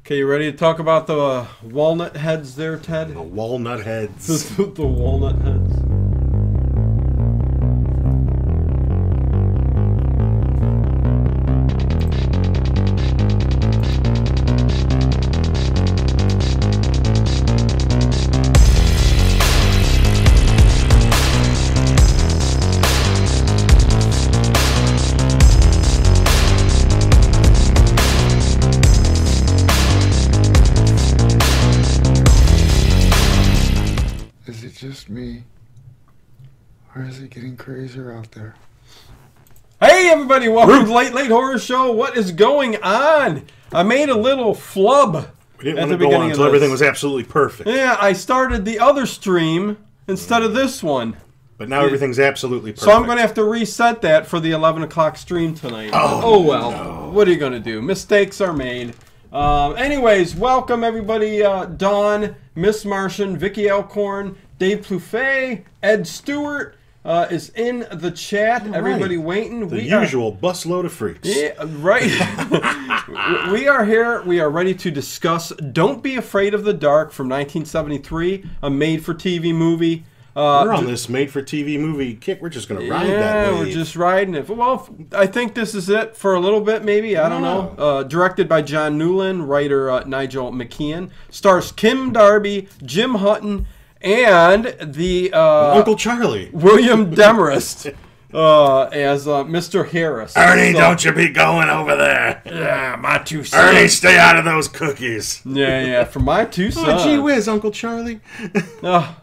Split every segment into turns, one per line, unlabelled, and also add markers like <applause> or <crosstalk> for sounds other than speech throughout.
Okay, you ready to talk about the uh, walnut heads there, Ted?
The walnut heads.
the, the walnut heads.
Is it just me? Or is it getting crazier out there?
Hey everybody, welcome to Late Late Horror Show. What is going on? I made a little flub.
We didn't
at
want
the
to go
beginning
on
of
until everything
this.
was absolutely perfect.
Yeah, I started the other stream instead of this one.
But now everything's absolutely perfect.
So I'm going to have to reset that for the 11 o'clock stream tonight. Oh, well. What are you going to do? Mistakes are made. Um, anyways, welcome everybody. Uh, Dawn, Miss Martian, Vicky Elkhorn, Dave Plouffe, Ed Stewart uh, is in the chat. Everybody waiting.
the
are-
usual busload of freaks.
<laughs> yeah, right. <laughs> we are here. We are ready to discuss Don't Be Afraid of the Dark from 1973, a made for TV movie. Uh,
We're on this made-for-TV movie kick. We're just going to ride that
yeah,
wave.
we're just riding it. Well, f- I think this is it for a little bit, maybe. I don't know. Uh, directed by John Newland, writer uh, Nigel McKeon. Stars Kim Darby, Jim Hutton, and the uh,
<laughs> Uncle Charlie.
William Demarest uh, as uh, Mr. Harris. So-
you be going over there. Yeah, my
two sons.
Ernie, stay out of those cookies.
Yeah, yeah, for my two sons.
Oh, gee whiz, Uncle Charlie.
Ugh.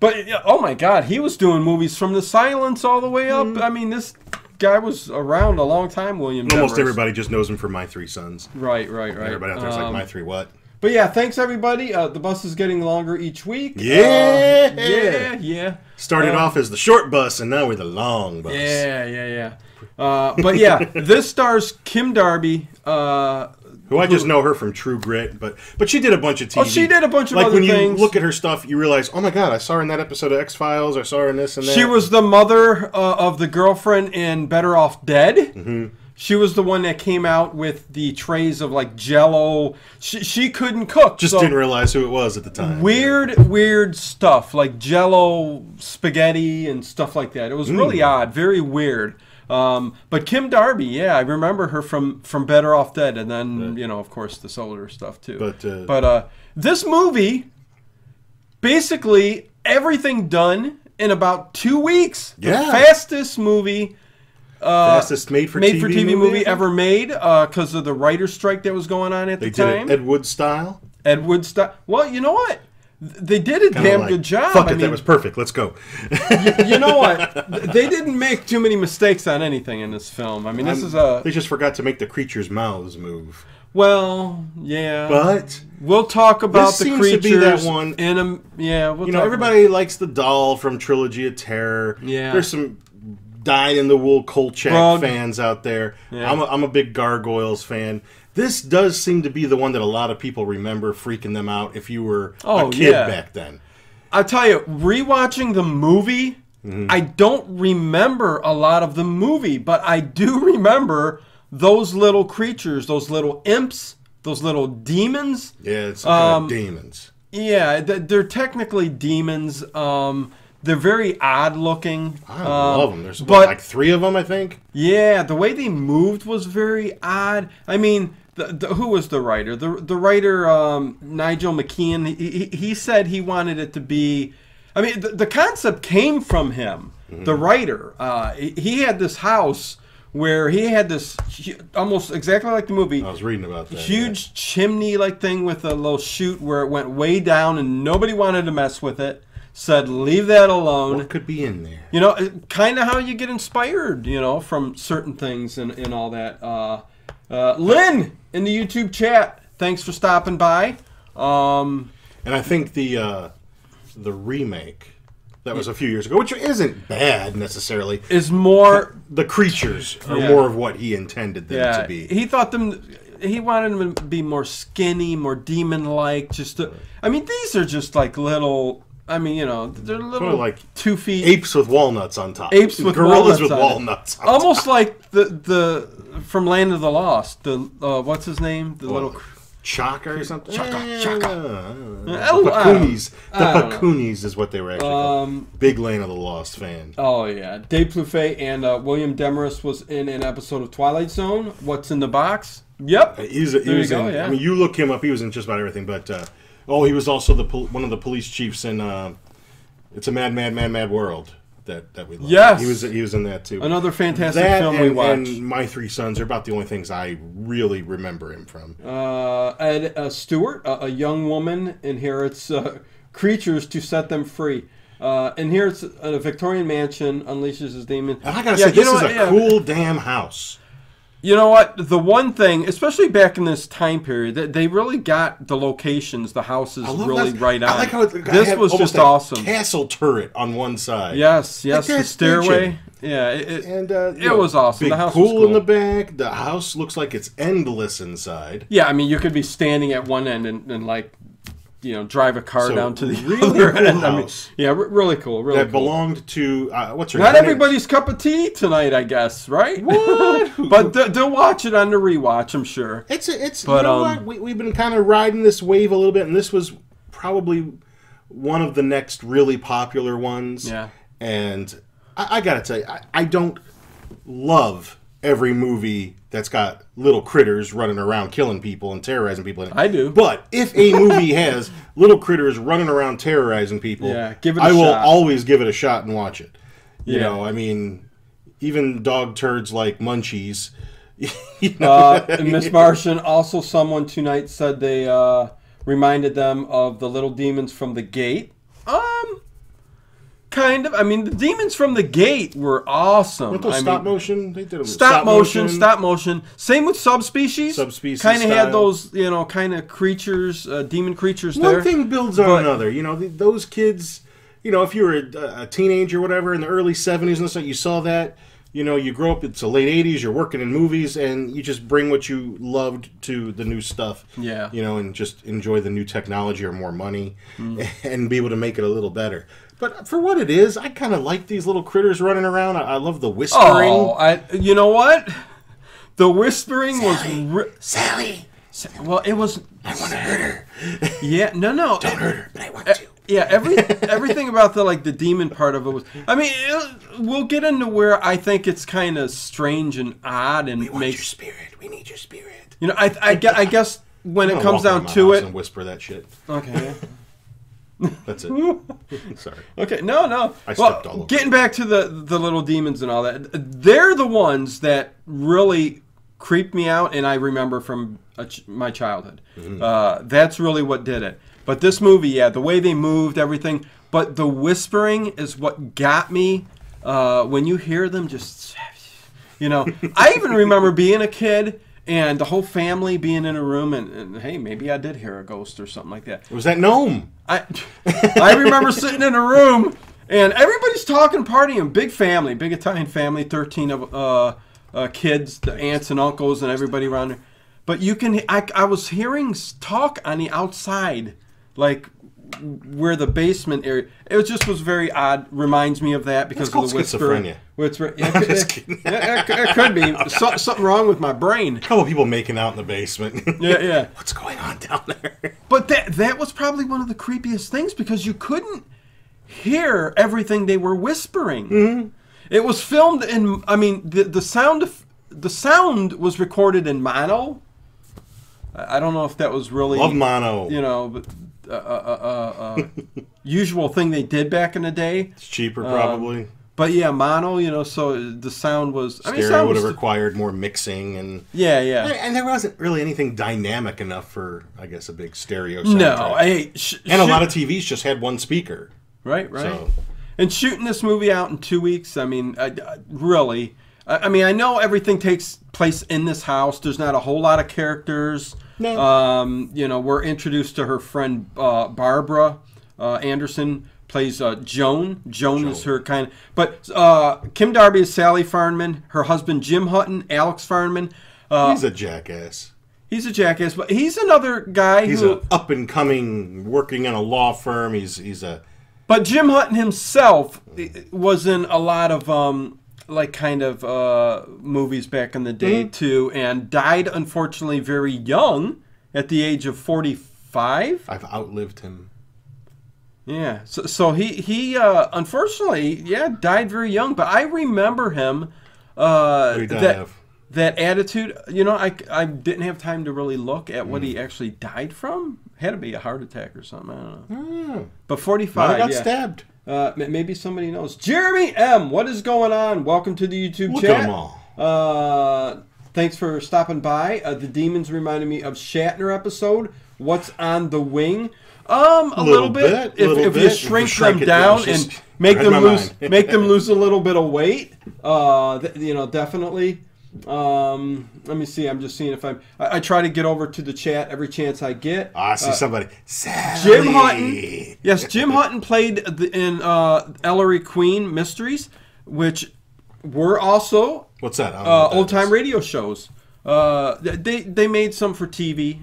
but yeah, oh my God, he was doing movies from the silence all the way up. I mean, this guy was around a long time. William.
Mm-hmm. Almost
Demarest.
everybody just knows him from My Three Sons.
Right, right, right.
Everybody out there's
Um,
like, My Three what?
But yeah, thanks everybody. Uh, the bus is getting longer each week.
Yeah.
Uh, yeah, yeah,
Started
uh,
off as the short bus, and now we're the long bus.
yeah, yeah, yeah. Uh, but
<laughs>
yeah, this stars Kim Darby. Uh,
Who I just know her from True Grit, but but she did a bunch of TV.
Oh, she did a bunch of
like
other
when you
things.
look at her stuff, you realize, oh my god, I saw her in that episode of X Files. I saw her in this and that.
she was the mother uh, of the girlfriend in Better Off Dead. Mm-hmm. She was the one that came out with the trays of like Jello. She, she couldn't cook.
just
so-
didn't realize who it was at the time.
weird weird stuff like jello spaghetti and stuff like that it
Hmm.
was really odd very weird um, but kim darby yeah i remember her from from better off dead and then you know of course this older stuff too
But, uh,
but uh this movie basically everything done in about two weeks The
Yeah.
fastest movie
fastest made for
made
TV
for tv uh, movie,
movie I think.
ever made because of the writer's strike that was going on at
They
the
did
time
it Ed Wood style.
Ed Wood style. Well, you know what? Th- They did a
Kinda
damn
like,
good job.
Fuck
I
it,
mean,
that was perfect. Let's go.
you know
<laughs>
what? Th- They didn't make too many mistakes on anything in this film. I mean, this is uh, a
<laughs> They just forgot to make the creatures' mouths move.
well, yeah.
But
we'll talk about
this
the
seems to
creatures
be that one-
in a yeah. We'll
you know,
talk
everybody likes the doll from Trilogy of Terror.
Yeah.
there's some dyed-in-the-wool Kolchak
Grog.
fans out there.
Yeah.
I'm, a, I'm a big Gargoyles fan. This does seem to be the one that a lot of people remember freaking them out if you were
Oh,
a kid
yeah.
back then.
I tell you, rewatching the movie,
Mm-hmm.
I don't remember a lot of the movie, but I do <laughs> remember those little creatures, those little imps, those little demons.
Yeah, it's some
Um,
kind of demons.
Yeah, th- they're technically demons. Um, they're very odd looking.
I
Um,
love them. There's what,
but-
like three of them, I think.
yeah, the way they moved was very odd. I mean, the, the, who was the writer? The the writer um, Nigel McKeon. He, he- he said he wanted it to be. I mean, the, the concept came from him, the
Mm-hmm.
writer. Uh, he, he had this house where he had this hu- almost exactly like the movie
I was reading about that.
huge chimney like thing with a little chute where it went way down and nobody wanted to mess with it said leave that
yeah.
alone
What could be in there?
you know kind of how you get inspired you know from certain things and, and all that uh, uh, lynn in the youtube chat thanks for stopping by um,
And I think the uh, the remake that was a few years ago, which isn't bad necessarily.
is more
the creatures are
Yeah.
more of what he intended them
yeah,
to be.
he thought them he wanted them to be more skinny more demon like just to, i mean these are just like little i mean you know they're little
like
two feet
apes with walnuts on top.
apes with walnuts
gorillas with
on it.
walnuts. On top.
almost like the the from Land of the Lost. The uh, what's his name? The little
Orlok. Chaka or something.
Chaka,
Eh,
Chaka.
I don't know.
Oh,
the
I don't-
Pacoonies.
I
The
don't know.
Pacoonies is what they were actually called.
Um,
Big Lane of the Lost fan.
oh yeah, Dave Plouffe and uh, William Demarest was in an episode of Twilight Zone. What's in the box? Yep.
Uh, He's, he
There you
was
go,
in,
yeah.
I mean, you look him up. He was in just about everything. But uh, oh, he was also the pol- one of the police chiefs in uh, "It's a Mad, Mad, Mad, Mad World" that that we love.
Yes.
he was he was in that too.
Another fantastic
that
film
and,
we watched.
and My Three Sons are about the only things I really remember him from.
uh, Ed uh, Stewart, a, a young woman, inherits uh, <laughs> creatures to set them free. Uh, inherits a Victorian mansion, unleashes his demon.
And I gotta
Yeah,
say, this
you know
is
what?
a
Yeah.
cool damn house.
You know what? The one thing, especially back in this time period, that they really got the locations, the houses
I love
really
that-
right on.
I like how it, I
this
had
was
almost
just
that
awesome.
Castle turret on one side.
Yes, yes, the
that's
stairway.
ancient.
Yeah, it, it-
And uh,
It was awesome.
Big
The house
pool
was
in the
cool.
back. The house looks like it's endless inside.
yeah. I mean, you could be standing at one end and, and like, you know, drive a car
So,
down to the
really
other
cool
end. I mean,
house.
yeah, re- really cool. Really
That
cool.
belonged to uh, what's her
Not
name?
everybody's cup of tea tonight, I guess, right?
What?
<laughs> but th- they'll watch it on the rewatch, I'm sure.
It's a, it's
But,
you know
um,
what we we've been kind of riding this wave a little bit, and this was probably one of the next really popular ones.
Yeah.
and I, I gotta tell you, I, I don't love every movie that's got little critters running around killing people and terrorizing people. In it.
I do.
but if a movie has little critters running around terrorizing people,
Yeah, give it a
I will
shot.
always give it a shot and watch it. You
Yeah.
know, I mean, even dog turds like Munchies. You know,
Uh, and Miss Martian, also someone tonight said they uh, reminded them of the little demons from the gate. Um, kind of. I mean, the demons from the gate were awesome.
Those
I
stop
mean,
motion. They did a
Stop, motion, stop motion. Same with subspecies.
Subspecies
Kind of had
style.
those, you know, kind of creatures, uh, demon creatures
One
there.
thing builds on
But-
another. You know, th those kids. You know, if you were a, a teenager or whatever in the early '70s and stuff, you saw that. You know, you grow up. It's the late '80s. You're working in movies, and you just bring what you loved to the new stuff.
Yeah.
You know, and just enjoy the new technology or more money,
Mm.
<laughs> and be able to make it a little better. But for what it is, I kind of like these little critters running around. I, I love the whispering.
Oh, I, you know what? The whispering was. Ri-
Sally,
Well, it was.
I want to hurt her.
Yeah, no, no.
Don't hurt her, but I
Eh.
want to.
Yeah, every everything about the like the demon part of it was. I mean, it, we'll get into where I think it's kind of strange and odd and makes
spirit. We need your spirit.
you know. I I, gue- I guess when it comes down to it.
and whisper that shit.
Okay.
That's
<laughs>
it. Sorry.
Okay. No, no.
I stepped all over
Getting back to the the little demons and all that, they're the ones that really creeped me out, and I remember from a ch- my childhood.
Mm-hmm.
Uh, that's really what did it. But this movie, yeah, the way they moved, everything, but the whispering is what got me. Uh, when you hear them, just you know, I
<laughs>
even remember being a kid. And the whole family being in a room, and, and hey, maybe I did hear a ghost or something like that.
It was that gnome.
I I remember sitting in a room and everybody's talking, partying, big family, big Italian family, thirteen of uh, uh, kids, the aunts and uncles, and everybody around there. But you can, I, I was hearing s- talk on the outside, like where the basement area. It was- just was very odd. Reminds me of that because
called
of the whisper.
schizophrenia. <laughs>
Whisper. Yeah, it, could- yeah, it, could- it could be so, something wrong with my brain.
A couple people making out in the basement.
Yeah, yeah.
<laughs> What's going on down there?
But that that was probably one of the creepiest things because you couldn't hear everything they were whispering.
Mm-hmm.
It was filmed in. I mean, the the sound of, the sound was recorded in mono. I I don't know if that was really
Love mono.
you know, but, uh, uh, uh, uh, <laughs> usual thing they did back in the day.
it's cheaper
Um,
probably.
But yeah, mono. You know, so the sound was. I mean,
Stereo
sound
would
was
have required more mixing and.
yeah, yeah.
And there wasn't really anything dynamic enough for, I guess, a big stereo.
no,
soundtrack.
I sh-
and a
sh-
lot of TVs just had one speaker.
Right, right.
So-
And shooting this movie out in two weeks, I mean, I, I- really. I, I mean, I know everything takes place in this house. There's not a whole lot of characters.
No.
Um, you know, we're introduced to her friend uh, Barbara uh, Anderson plays uh, Joan. Joan. is her kind. But uh, Kim Darby is Sally Farnman. Her husband Jim Hutton, Alex Farnman. Uh,
He's a jackass.
he's a jackass, but he's another guy
He's
who.
a up and coming, working in a law firm. He's he's a
But Jim Hutton himself i- was in a lot of um, like kind of
Mm-hmm.
uh, movies back in the day too, and died unfortunately very young. at the age of 45.
I've outlived him.
Yeah. So, so he he uh, unfortunately yeah died very young, but I remember him. Uh,
Who died
that
of?
that attitude. You know, I I didn't have time to really look at what
Mm.
he actually died from. Had to be a heart attack or something. I don't know.
Hmm.
But
I
45.
got
yeah.
stabbed.
Uh, m- maybe somebody knows. Jeremy M, what is going on? Welcome to the YouTube
Look
chat.
at 'em all.
Uh, thanks for stopping by. Uh, the demons reminded me of Shatner episode. What's on the wing? Um, a little,
Little
bit.
bit,
If,
little
if you
bit.
shrink,
If you shrink
them
it,
down
yeah, it's
and
just-
make
read
them
my
lose, <laughs>
mind.
make them lose a little bit of weight. Uh, th- you know, definitely. Um, let me see. I'm just seeing if I'm. I, I try to get over to the chat every chance I get.
Ah, I see somebody. Sally.
Uh, Jim Hutton. Yes, Jim Hutton played the, in uh, Ellery Queen Mysteries, which were also
What's that? I don't know
uh,
what Oh, that
old time
is.
radio shows. Uh, th- they they made some for TV.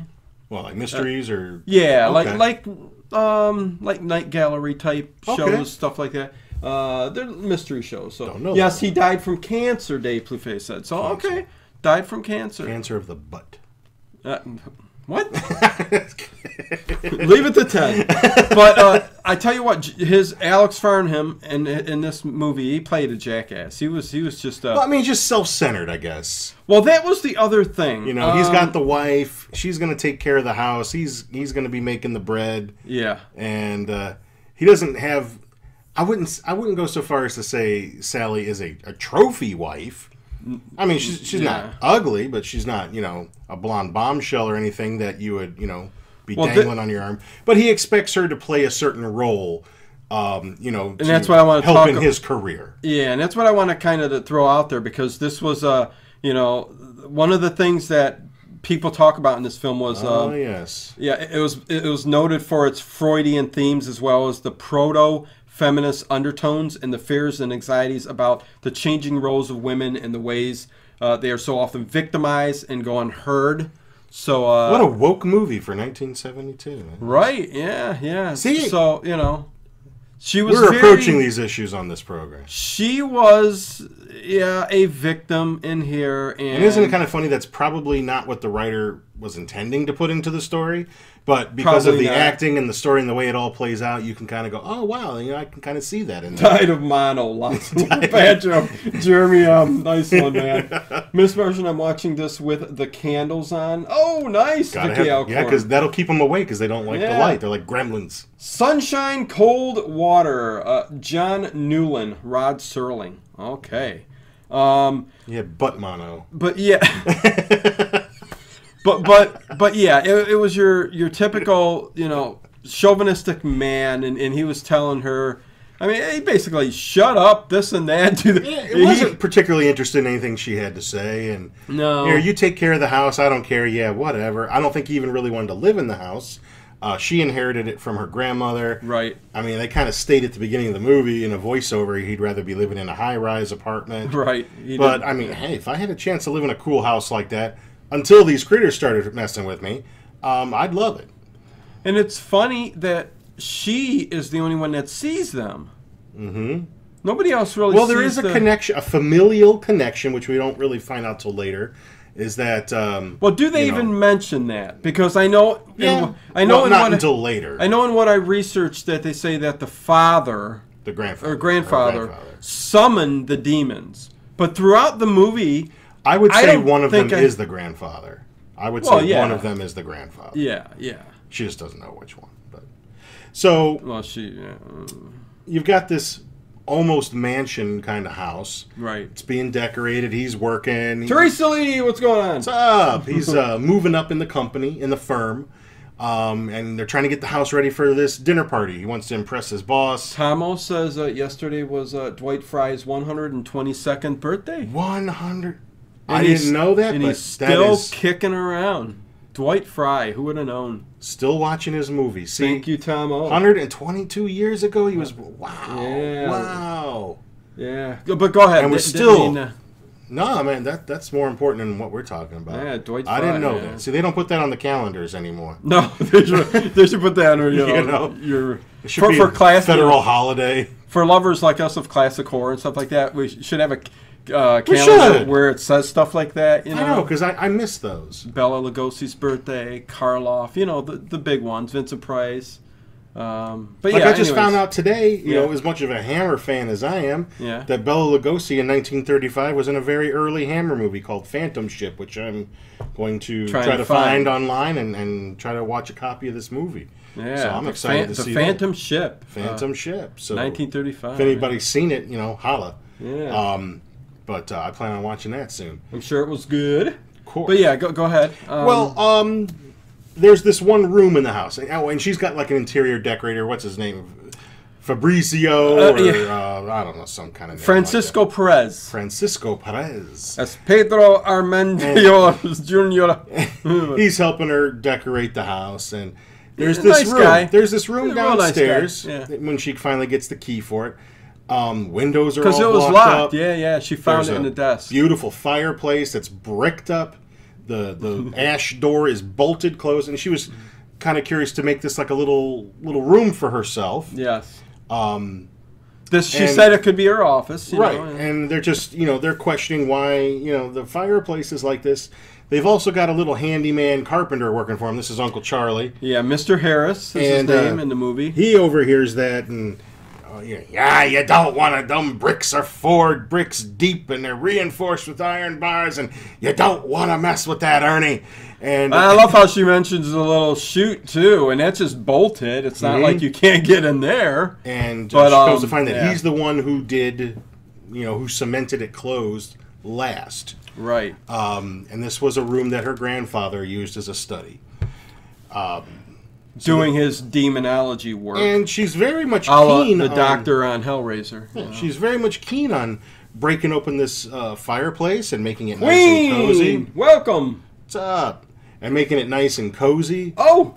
Well, like mysteries or
Uh, Yeah,
Okay.
like like um like night gallery type shows,
Okay.
stuff like that. Uh, they're mystery shows. So
Don't know
yes,
that.
he died from cancer. Dave Plouffet said. So
Cancer.
okay, died from cancer.
cancer of the butt.
Uh,
<laughs>
what? Leave it to ten. But uh, I tell you what, j- his Alex Farnham in in this movie, he played a jackass. He was he was just
Well, I
a.
mean, just self-centered, I guess.
Well, that was the other thing.
You know, he's
Um,
got the wife. She's gonna take care of the house. He's he's gonna be making the bread,
Yeah.
and uh, he doesn't have. I wouldn't s- I wouldn't go so far as to say Sally is a, a trophy wife. I mean, she's she's
Yeah.
not ugly, but she's not you know a blonde bombshell or anything that you would you know be
Well, the-
dangling on your arm. But he expects her to play a certain role. Um, you know, and
that's what I wanna
help
talk
in
ab-
his career.
Yeah, and that's what I want to kind of throw out there because this was, uh, you know, one of the things that people talk about in this film was,
Oh
um,
yes,
yeah, it- it was it was noted for its Freudian themes as well as the proto feminist undertones and the fears and anxieties about the changing roles of women and the ways uh, they are so often victimized and go unheard. So, uh,
what a woke movie for 1972. man.
right? Yeah, yeah.
See?
so you know, she was.
We're
very-
approaching these issues on this program.
She was, yeah, a victim in here, and,
And isn't it kind of funny? That's probably not what the writer was intending to put into the story, but because
Probably
of the
not.
acting and the story and the way it all plays out, you can kind of go, "Oh wow, you know, I can kind of see that." In there.
died of mono
<laughs>
lots of <laughs> bad joke. Jeremy, um, nice one,
<laughs>
man. Miss Version, I'm watching this with the candles on. Oh, nice,
Gotta
Vicky
have- yeah,
Alcorn.
because that'll keep them awake because they don't like
Yeah.
the light. They're like gremlins.
Sunshine, cold water. Uh, John Newland, Rod Serling. Okay. Um,
Yeah, butt mono.
but
<laughs>
yeah but but but yeah it, it was your your typical you know chauvinistic man and, and he was telling her i mean he basically shut up this and that do the,
Yeah,
he-
it wasn't <laughs> particularly interested in anything she had to say, and
<laughs> No.
here you take care of the house. I don't care. Yeah, whatever. I don't think he even really wanted to live in the house. Uh, she inherited it from her grandmother.
right
I mean, they kind of state at the beginning of the movie in a voiceover he'd rather be living in a high rise apartment.
right he
But,
didn't-
I mean, hey, if I had a chance to live in a cool house like that until these critters started messing with me, um, I'd love it.
and it's funny that she is the only one that sees them
hmm
nobody else really
Well, there
sees
is a
the-
connection, a familial connection, which we don't really find out till later, is that. Um,
well do they
you know-
even mention that because i know
Yeah.
in, i know
Well,
in
not
what I-
until later.
I know in what i researched that they say that the father
the grandfather.
or grandfather,
Her grandfather.
summoned the demons. But throughout the movie,
I would
I
say
don't
one of them
think I-
is the grandfather. I would
Well,
say
yeah.
one of them is the grandfather.
yeah, yeah.
She just doesn't know which one. But so
Well, she, yeah, mm,
you've got this almost mansion kind of house.
right.
It's being decorated. He's working.
Teresa Lee, what's going on?
What's up? He's uh, <laughs> moving up in the company, in the firm. Um, and they're trying to get the house ready for this dinner party. He wants to impress his boss.
Tomo says uh, yesterday was uh, Dwight Fry's 122nd birthday. And
100. I
he's-
didn't know that,
and
but
he's
that
still
is
kicking around. Dwight Fry, who would have known?
still watching his movie. See,
Thank you, Tomo.
122 years ago, he was wow,
Yeah.
wow.
Yeah, Go- but go ahead.
And we're
Di- didn't
still-
mean uh, to-
No, man, that that's more important than what we're talking about.
Yeah, Dwight
I didn't
Fry,
know
yeah.
that. See, they don't put that on the calendars anymore.
<laughs> no, <laughs> they should, they should put that under you know,
<laughs> You know.
your
It should
for,
be
for
a
class
federal holiday.
for lovers like us of classic horror and stuff like that, we sh- should have a uh,
We
calendar
should.
where it says stuff like that. You
I know
know,
because I, I miss those.
Bella Lugosi's birthday, Karloff. You know, the the big ones, Vincent Price. Um, but
Like
yeah,
I just
anyways.
found out today, you
Yeah.
know, as much of a Hammer fan as I am,
Yeah.
that Bela Lugosi in 1935 was in a very early Hammer movie called Phantom Ship, which I'm going to
Try
try
and
to
find.
find, online and, and try to watch a copy of this movie.
Yeah,
so I'm
the
excited
Fan-
to
the
see that.
Phantom Ship.
Phantom Ship. So
uh, 1935.
if anybody's seen it, you know, holla.
Yeah.
Um, but uh, I plan on watching that soon.
I'm sure it was good.
Of course.
But yeah, go go ahead. Um,
Well, um, there's this one room in the house. and- Oh, and she's got like an interior decorator. What's his name? Fabrizio,
Uh,
or
yeah.
uh, I don't know, some kind of name like
Francisco
that.
Perez.
Francisco Perez.
That's Pedro
<laughs>
Armendariz <laughs> Jr.
He's helping her decorate the house, and there's
He's a
this
nice
room.
guy.
There's this room
He's a real nice guy,
downstairs
yeah.
that when she finally gets the key for it. Um, windows are all
Because it was
blocked
locked.
up.
Yeah, yeah. She found
There's
it in
a
the desk.
Beautiful fireplace that's bricked up. The
<laughs>
the ash door is bolted closed, and she was kind of curious to make this like a little little room for herself.
yes.
Um,
This she
and-
said it could be her office. You
right,
Know? and-
and they're just you know they're questioning why you know the fireplace is like this. They've also got a little handyman carpenter working for him. This is Uncle Charlie.
Yeah, Mr. Harris is
And,
his
uh,
name in the movie.
He overhears that and. Oh, yeah, yeah, you don't want to. Them bricks are four bricks deep and they're reinforced with iron bars, and you don't want to mess with that, Ernie. And
I love how she mentions the little chute too, and that's just bolted. It's not
Mhm.
like you can't get in there.
and
But,
but, she comes to
um,
find that
yeah.
he's the one who did, you know, who cemented it closed last.
Right.
Um, and this was a room that her grandfather used as a study.
Doing his demonology work.
And she's very much
a la
keen.
the
on-
doctor on Hellraiser. you know.
She's very much keen on breaking open this uh, fireplace and making it nice and cozy.
Queen, welcome.
What's up? And making it nice and cozy.
Oh,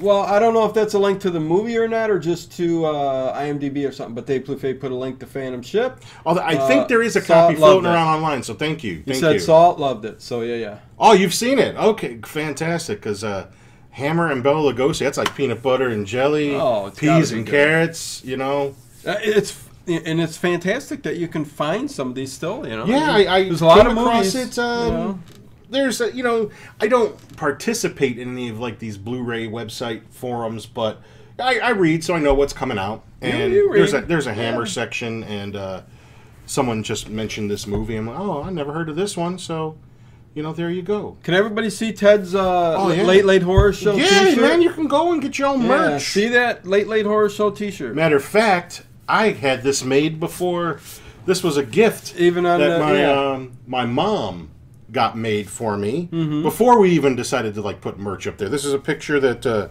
well, I don't know if that's a link to the movie or not, or just to uh, IMDb or something. But Dave Plouffe put a link to Phantom Ship.
Although I
Uh,
think there is a
Saw
copy
loved
floating
it.
around online, so thank you.
He
Thank
said
you.
Salt loved it, so yeah, yeah.
Oh, you've seen it. Okay, fantastic. Because uh, Hammer and Bela Lugosi, that's like peanut butter and jelly,
Oh, it's gotta
peas
be
and
good.
carrots, you know.
Uh, It's and it's fantastic that you can find some of these still. You know,
Yeah, I, I
there's a lot
came
of
across
movies.
It, um,
you know.
There's, a, you know, I don't participate in any of like these Blu-ray website forums, but I, I read, so I know what's coming out. And
you
there's a
read.
there's a Hammer
Yeah.
section, and uh, someone just mentioned this movie. I'm like, oh, I never heard of this one, so you know, there you go.
Can everybody see Ted's uh,
Oh, yeah.
late late horror show
Yeah,
T-shirt?
man, you can go and get your own
Yeah,
merch.
See that late late horror show T-shirt.
Matter of fact, I had this made before. This was a gift
Even on
that
the-
my
yeah.
um, my mom got made for me
Mm-hmm.
before we even decided to like put merch up there. This is a picture that uh,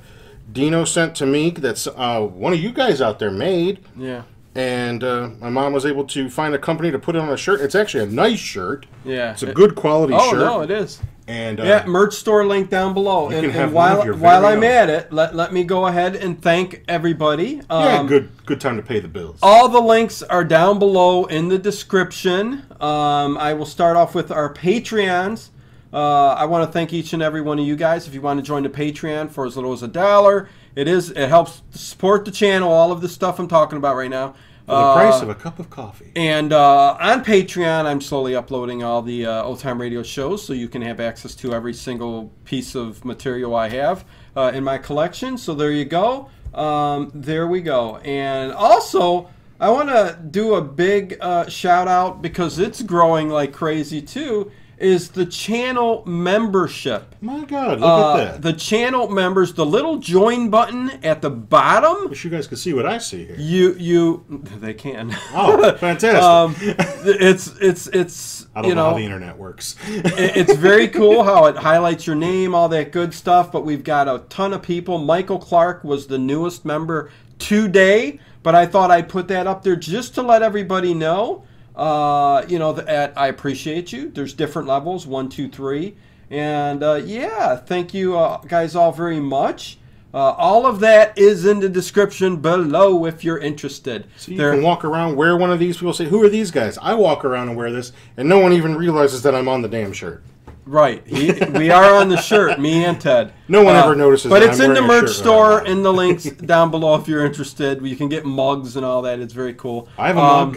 Dino sent to me. That's uh, one of you guys out there made,
Yeah,
and uh, my mom was able to find a company to put it on a shirt. It's actually a nice shirt.
yeah.
It's a good quality
Oh
shirt.
no, it is.
And uh,
Yeah, merch store link down below.
You
and
can
and
have one
while
of your
while
very
I'm
own.
at it, let, let me go ahead and thank everybody. Um, uh,
yeah, good good time to pay the bills.
All the links are down below in the description. Um, I will start off with our Patreons. Uh, I want to thank each and every one of you guys. If you want to join the Patreon for as little as a dollar, it is it helps support the channel. All of the stuff I'm talking about right now.
for the price
Uh,
of a cup of coffee.
and uh, on Patreon, I'm slowly uploading all the uh, old time radio shows, so you can have access to every single piece of material I have uh, in my collection. So there you go. Um, there we go. And also, I want to do a big uh, shout out because it's growing like crazy too. Is the channel membership?
My God, look
Uh,
at that!
The channel members, the little join button at the bottom.
Wish you guys could see what I see here.
You you <laughs> they can.
Oh, fantastic.
um, it's it's it's
I don't
you
know,
know,
how the internet
<laughs>
works.
it- it's very cool how it highlights your name, all that good stuff. But we've got a ton of people. Michael Clark was the newest member today, but I thought I'd put that up there just to let everybody know. Uh, you know that I appreciate you. There's different levels, one, two, three, and uh, yeah, thank you uh, guys all very much. Uh, all of that is in the description below if you're interested.
So you
There-
can walk around, wear one of these. People say, "Who are these guys?" I walk around and wear this, and no one even realizes that I'm on the damn shirt.
Right. He, we are on the shirt, me and Ted. Uh,
No one ever notices
But
that
it's
I'm
in the
wearing a
merch
shirt right
store
now.
and
<laughs>
the links down below if you're interested. You can get mugs and all that. It's very cool. Um,
I have a mug.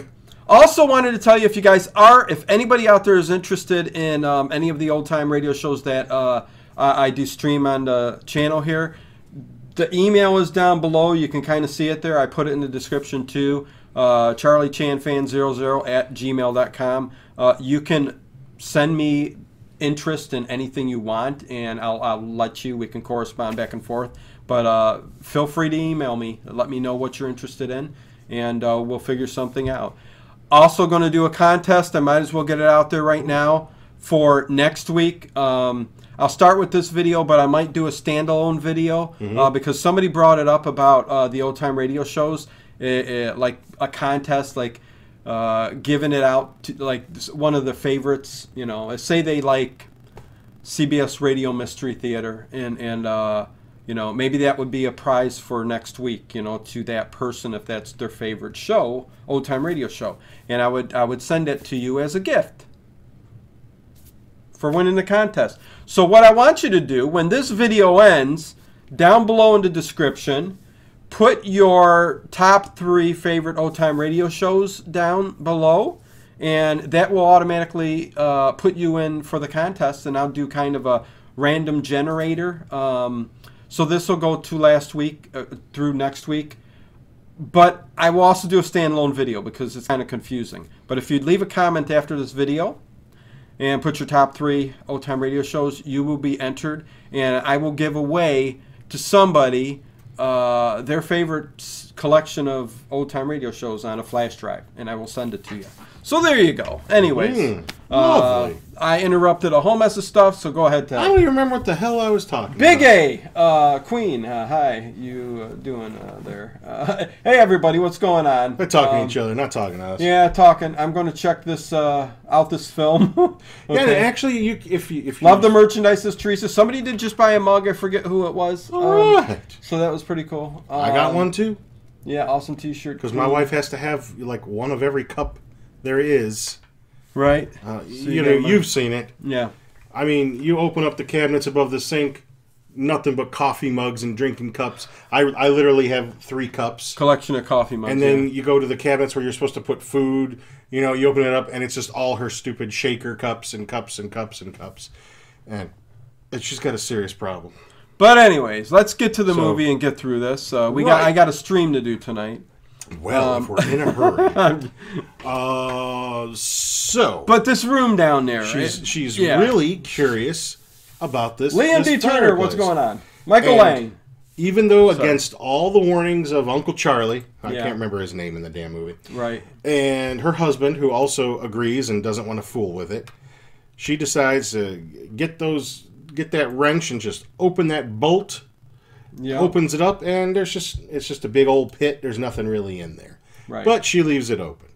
Also, wanted to tell you if you guys are, if anybody out there is interested in um, any of the old time radio shows that uh, I, I do stream on the channel here, the email is down below. You can kind of see it there. I put it in the description too. Uh, CharlieChanFan00 at gmail.com. Uh, you can send me interest in anything you want, and I'll, I'll let you. We can correspond back and forth. But uh, feel free to email me. Let me know what you're interested in, and uh, we'll figure something out. Also, going to do a contest. I might as well get it out there right now for next week. Um, I'll start with this video, but I might do a standalone video uh, because somebody brought it up about uh, the old time radio shows, eh, eh, like a contest, like uh, giving it out to like s- one of the favorites. You know, say they like CBS Radio Mystery Theater, and and uh, you know maybe that would be a prize for next week. You know, to that person if that's their favorite show, old time radio show, and I would I would send it to you as a gift for winning the contest. So what I want you to do when this video ends, down below in the description, put your top three favorite old time radio shows down below, and that will automatically uh, put you in for the contest. And I'll do kind of a random generator. Um, so this will go to last week uh, through next week. But I will also do a standalone video because it's kind of confusing. But if you leave a comment after this video, and put your top three old time radio shows, you will be entered, and I will give away to somebody uh, their favorite s- collection of old time radio shows on a flash drive, and I will send it to you. So there you go. Anyways, uh,
lovely.
I interrupted a whole mess of stuff, so go ahead,
I
Ted.
don't even remember what the hell I was talking
Big
about.
A, uh, Queen, uh, hi, you uh, doing uh, there? Uh, <laughs> hey, everybody, what's going on?
They're talking
Um,
to each other, not talking to us.
Yeah, talking. I'm going to check this uh, out. This film. <laughs>
Yeah, and
Okay.
actually, you if you if you
Love the merchandise, this Teresa. Somebody did just buy a mug. I forget who it was. Um,
All right.
So that was pretty cool.
I got
Um,
one too
Yeah, awesome T-shirt.
because my wife has to have like one of every cup there is.
Right.
Uh,
you
you,
got
know,
one.
you've seen it.
Yeah.
I mean, you open up the cabinets above the sink, nothing but coffee mugs and drinking cups. I I literally have three cups.
Collection of coffee mugs.
And then you go to the cabinets where you're supposed to put food. You know, you open it up, and it's just all her stupid shaker cups and cups and cups and cups, and and she's got a serious problem.
yeah. But anyways, let's get to the
So-
movie and get through this. Uh, we got.
Right.
I got a stream to do tonight. <laughs>
Well, if we're in a hurry, Um, <laughs> uh, so
But this room down there.
she's
it-
she's
yeah.
really curious about this.
Liam
this
B. Turner. What's
fireplace.
going on? Michael
And
Lang.
Even though against all the warnings of Uncle Charlie, I
Yeah.
can't remember his name in the damn movie.
Right.
and her husband, who also agrees and doesn't want to fool with it, she decides to get those get that wrench and just open that bolt.
Yeah.
Opens it up, and there's just it's just a big old pit. There's nothing really in there,
Right.
but she leaves it open.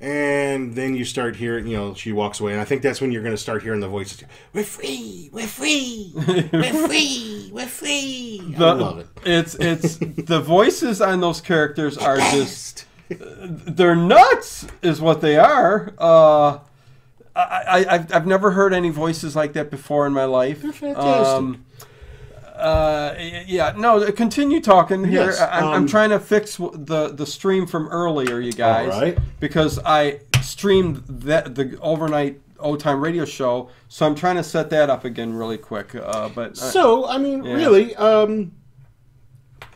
And then you start hearing, you know, she walks away, and I think that's when you're going to start hearing the voices. We're free,
<laughs>
we're free, we're free, we're free. I love it.
It's
<laughs>
it's the voices on those characters are just they're nuts is what they are. Uh, I, I I've, I've never heard any voices like that before in my life. They're
fantastic.
uh, yeah, no, continue talking here.
Yes,
I, I'm
um,
trying to fix w- the the stream from earlier, you guys,
right.
because I streamed that the overnight old time radio show, so I'm trying to set that up again really quick. Uh, but uh,
So I mean, really, um,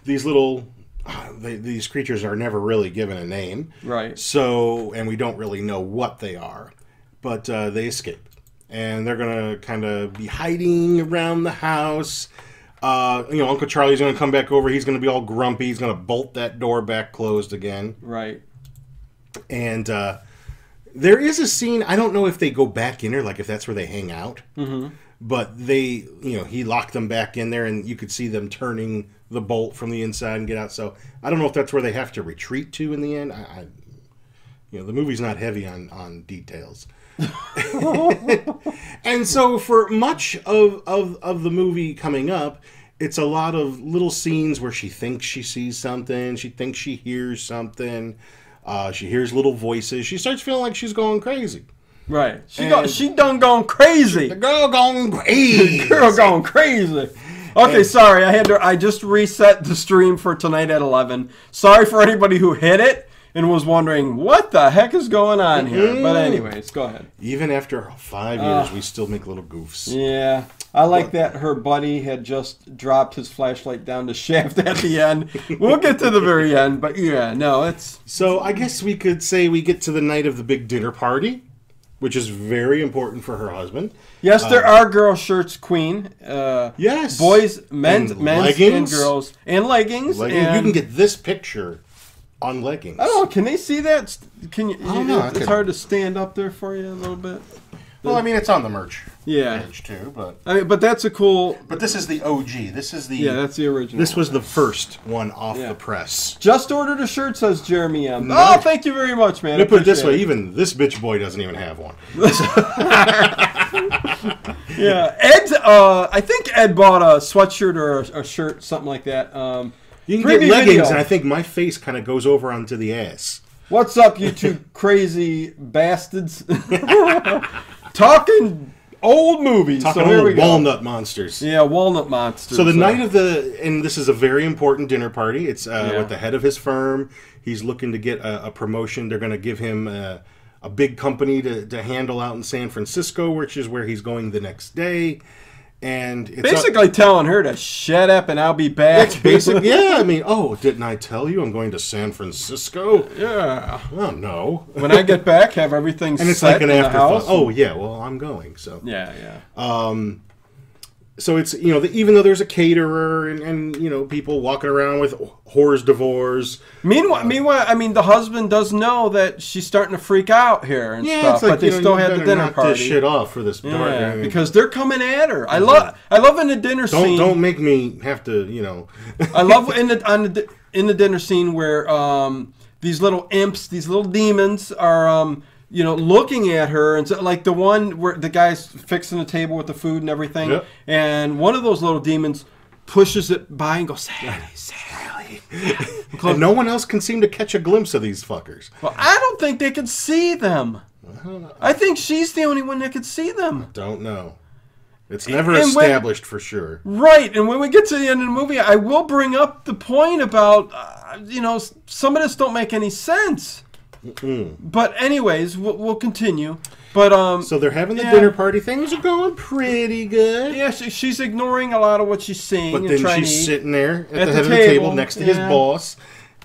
these little ah, they, these creatures are never really given a name,
right,
so and we don't really know what they are, but uh, they escape, and they're gonna kind of be hiding around the house. Uh, you know, Uncle Charlie's gonna come back over. He's gonna be all grumpy. He's gonna bolt that door back closed again,
right.
and uh, there is a scene. I don't know if they go back in or like if that's where they hang out but they you know he locked them back in there and you could see them turning the bolt from the inside and get out so i don't know if that's where they have to retreat to in the end i, I you know the movie's not heavy on on details and so for much of of of the movie coming up it's a lot of little scenes where she thinks she sees something she thinks she hears something uh, she hears little voices she starts feeling like she's going crazy
Right. She go,
And-
she done gone crazy.
the girl going <laughs> crazy
Girl gone crazy. Okay, sorry. I had to I just reset the stream for tonight at 11. Sorry for anybody who hit it. and was wondering what the heck is going on here. But
Mhm.
anyways, go ahead.
Even after five years, we still make little goofs.
Yeah. I like that her buddy had just dropped his flashlight down the <laughs> shaft at the end. We'll get to the very end, but yeah, no, it's
So I guess we could say we get to the night of the big dinner party, which is very important for her husband.
yes, there are girl shirts, queen. Uh,
Yes.
boys, men's,
And
men's, and
leggings.
girls, and leggings.
Legging-
and Oh.
you can get this picture on leggings.
I don't know. Can they see that? Can you?
don't know, I
It's
could-
hard to stand up there for you a little bit.
Well, I mean, it's on the merch
Yeah.
page too, but
I mean, but that's a cool.
but this is the OG. This is the
Yeah, that's the original.
this was the first one off
Yeah.
the press.
just ordered a shirt, says Jeremy M.
No.
Oh, thank you very much, man.
Let me put it this way:
Appreciate
even this bitch boy doesn't even have one.
it. yeah. Ed, uh, I think Ed bought a sweatshirt or a, a shirt, something like that. Um,
You can
Preview
get leggings,
video.
and I think my face kind of goes over onto the ass.
What's up, you
<laughs>
two crazy bastards? <laughs> Talking old movies.
Talking
so here we
old
go.
walnut monsters.
Yeah, walnut monster.
So the night of the and this is a very important dinner party. It's uh,
Yeah.
with the head of his firm. He's looking to get a, a promotion. They're going to give him a, a big company to, to handle out in San Francisco, which is where he's going the next day. And it's
basically telling her to shut up and I'll be back.
that's
<laughs>
basic. yeah, I mean, oh, didn't I tell you I'm going to San Francisco?
yeah.
Well, no.
when I get back, have everything
And it's
set
like an
in the
afterthought.
house.
Oh yeah, well I'm going. So
yeah, yeah.
so it's you know the, even though there's a caterer and, and you know people walking around with whores divorce.
meanwhile,
Uh,
meanwhile, I mean, the husband does know that she's starting to freak out here and
Yeah,
stuff,
it's like,
but they
you know,
still
you
had the
better
dinner
knock
party.
This shit off for this
Yeah,
dark. I mean,
because they're coming at her. I love, I love in the dinner
Mm-hmm. don't
scene.
don't make me have to you
<laughs>
know.
I love in the on the di- in the dinner scene where um, these little imps, these little demons, are um, you know looking at her, and so, like the one where the guy's fixing the table with the food and everything,
Yep.
and one of those little demons pushes it by and goes, Sally, Sally.
and no one else can seem to catch a glimpse of these fuckers.
Well, I don't think they could see them. I think she's the only one that could see them.
Don't know. It's never
and when-
established for sure.
Right, and when we get to the end of the movie, I will bring up the point about uh, you know s- some of this don't make any sense. But anyways, we'll, we'll continue. But um,
So they're having the
Yeah.
dinner party. Things are going pretty good.
yeah, she, she's ignoring a lot of what she's seeing
But
and
then
trying
she's
to eat.
sitting there
At
at,
the
the head of the table
table,
next to his
yeah.
boss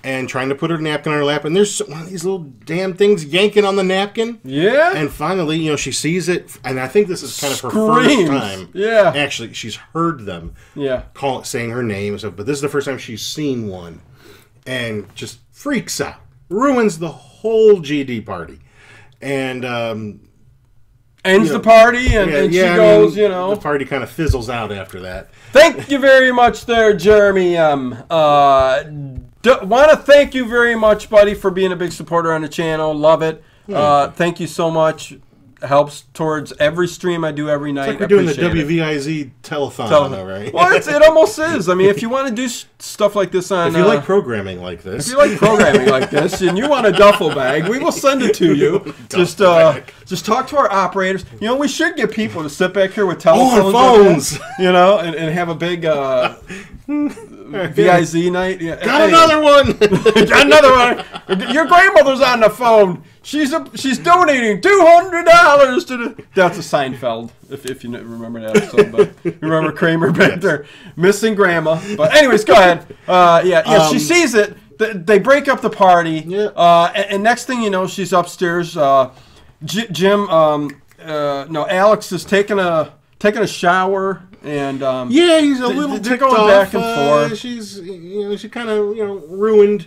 and trying to put her napkin on her lap. And there's one of these little damn things yanking on the napkin.
Yeah,
And finally, you know, she sees it. And I think this is kind of her
Screams.
first time.
Yeah.
Actually, she's heard them.
yeah.
call it saying her name and stuff, but this is the first time she's seen one and just freaks out, ruins the whole GD party. And, um,
Ends
you know,
the party, and,
yeah,
and
yeah,
she
I
goes,
mean,
you
The
know,
party kind of fizzles out after that.
Thank you very much, there, Jeremy. Um, uh, d- want to thank you very much, buddy, for being a big supporter on the channel. Love it.
Hmm.
Uh, thank you so much. Helps towards every stream I do every night.
Like we're doing the
Appreciate it.
WVIZ telethon, <laughs>
So-
now, right?
Well, it's, it almost is. I mean, if you want to do s stuff like this on,
if you
uh,
like programming like this,
if you like programming like this, and you want a duffel bag, we will send it to
<laughs>
you. just, uh,
bag.
just talk to our operators. You know, we should get people to sit back here with telephones,
Oh, and
like that,
phones.
you know, and, and have a big.
<laughs>
Uh, VIZ night. Yeah.
Got
<laughs>
another one!
Got another one. Your grandmother's on the phone. She's a, she's donating two hundred dollars to the. That's a Seinfeld, if, if you kn- remember that episode. But you
<laughs>
remember Kramer back there missing grandma. But anyways, go ahead. Uh, yeah, yeah. she
Um,
sees it. Th- They break up the party.
Yeah.
Uh, and, and next thing you know, she's upstairs. Uh, J- Jim. Um, uh, no, Alex is taking a taking a shower and. Um, <laughs>
yeah, he's a
They-
little
they're
ticked
going
off.
back and
uh,
forth.
She's, you know, she kind of, you know, ruined.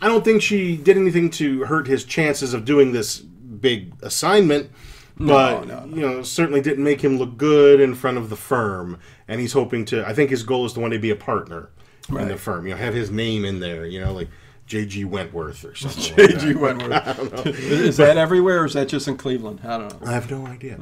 I don't think she did anything to hurt his chances of doing this big assignment, but
no,
you know, certainly didn't make him look good in front of the firm. And he's hoping to. I think his goal is to one day be a partner in the firm. You know, have his name in there. You know, like J.G. Wentworth
<laughs>
or something. like that.
G.
<laughs>
Wentworth. Is that everywhere, or is that just in Cleveland? I don't know.
I have no idea.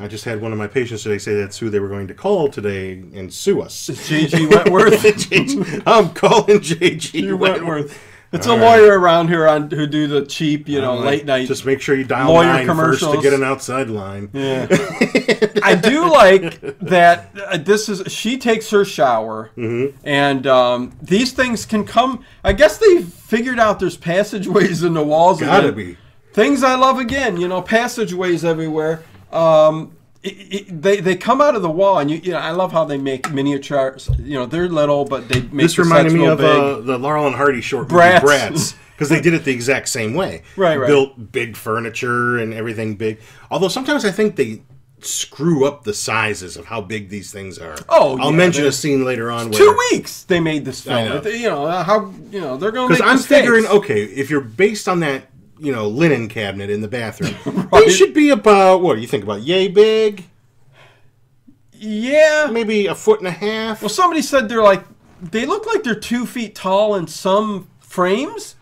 I just had one of my patients today say that's who they were going to call today and sue us.
<laughs>
<laughs>
J.G. Wentworth.
JG I'm calling JG
G.
Wentworth.
Wentworth. It's
All
a
right.
lawyer around here on who do the cheap, you know, late night.
Just make sure you dial
lawyer
nine first to
commercials.
get an outside line.
Yeah. I
<laughs>
do like that. Uh, this is she takes her shower,
Mm-hmm.
and um, these things can come. I guess they figured out there's passageways in the walls.
Gotta
again.
be.
things I love again. You know, passageways everywhere. Um, it, it, they they come out of the wall, and you, you know I love how they make miniatures. You know, they're little, but they make
This
the
reminded
sets
me
real
of
big.
uh, the Laurel and Hardy short movie,
Bratz.
Bratz, because they did it the exact same way.
<laughs> Right, right.
Built big furniture and everything big. Although sometimes I think they screw up the sizes of how big these things are.
Oh,
I'll
yeah,
mention a
there's-
scene later on.
Two weeks they made this film.
I know.
It- You know uh, how you know they're going to
Because
make
I'm
mistakes.
figuring, oh, okay, if you're based on that, you know, linen cabinet in
<laughs>
the bathroom, they should be about what do you think about? Yay big,
yeah,
maybe a foot and a half.
Well, somebody said they're like they look like they're two feet tall in some frames,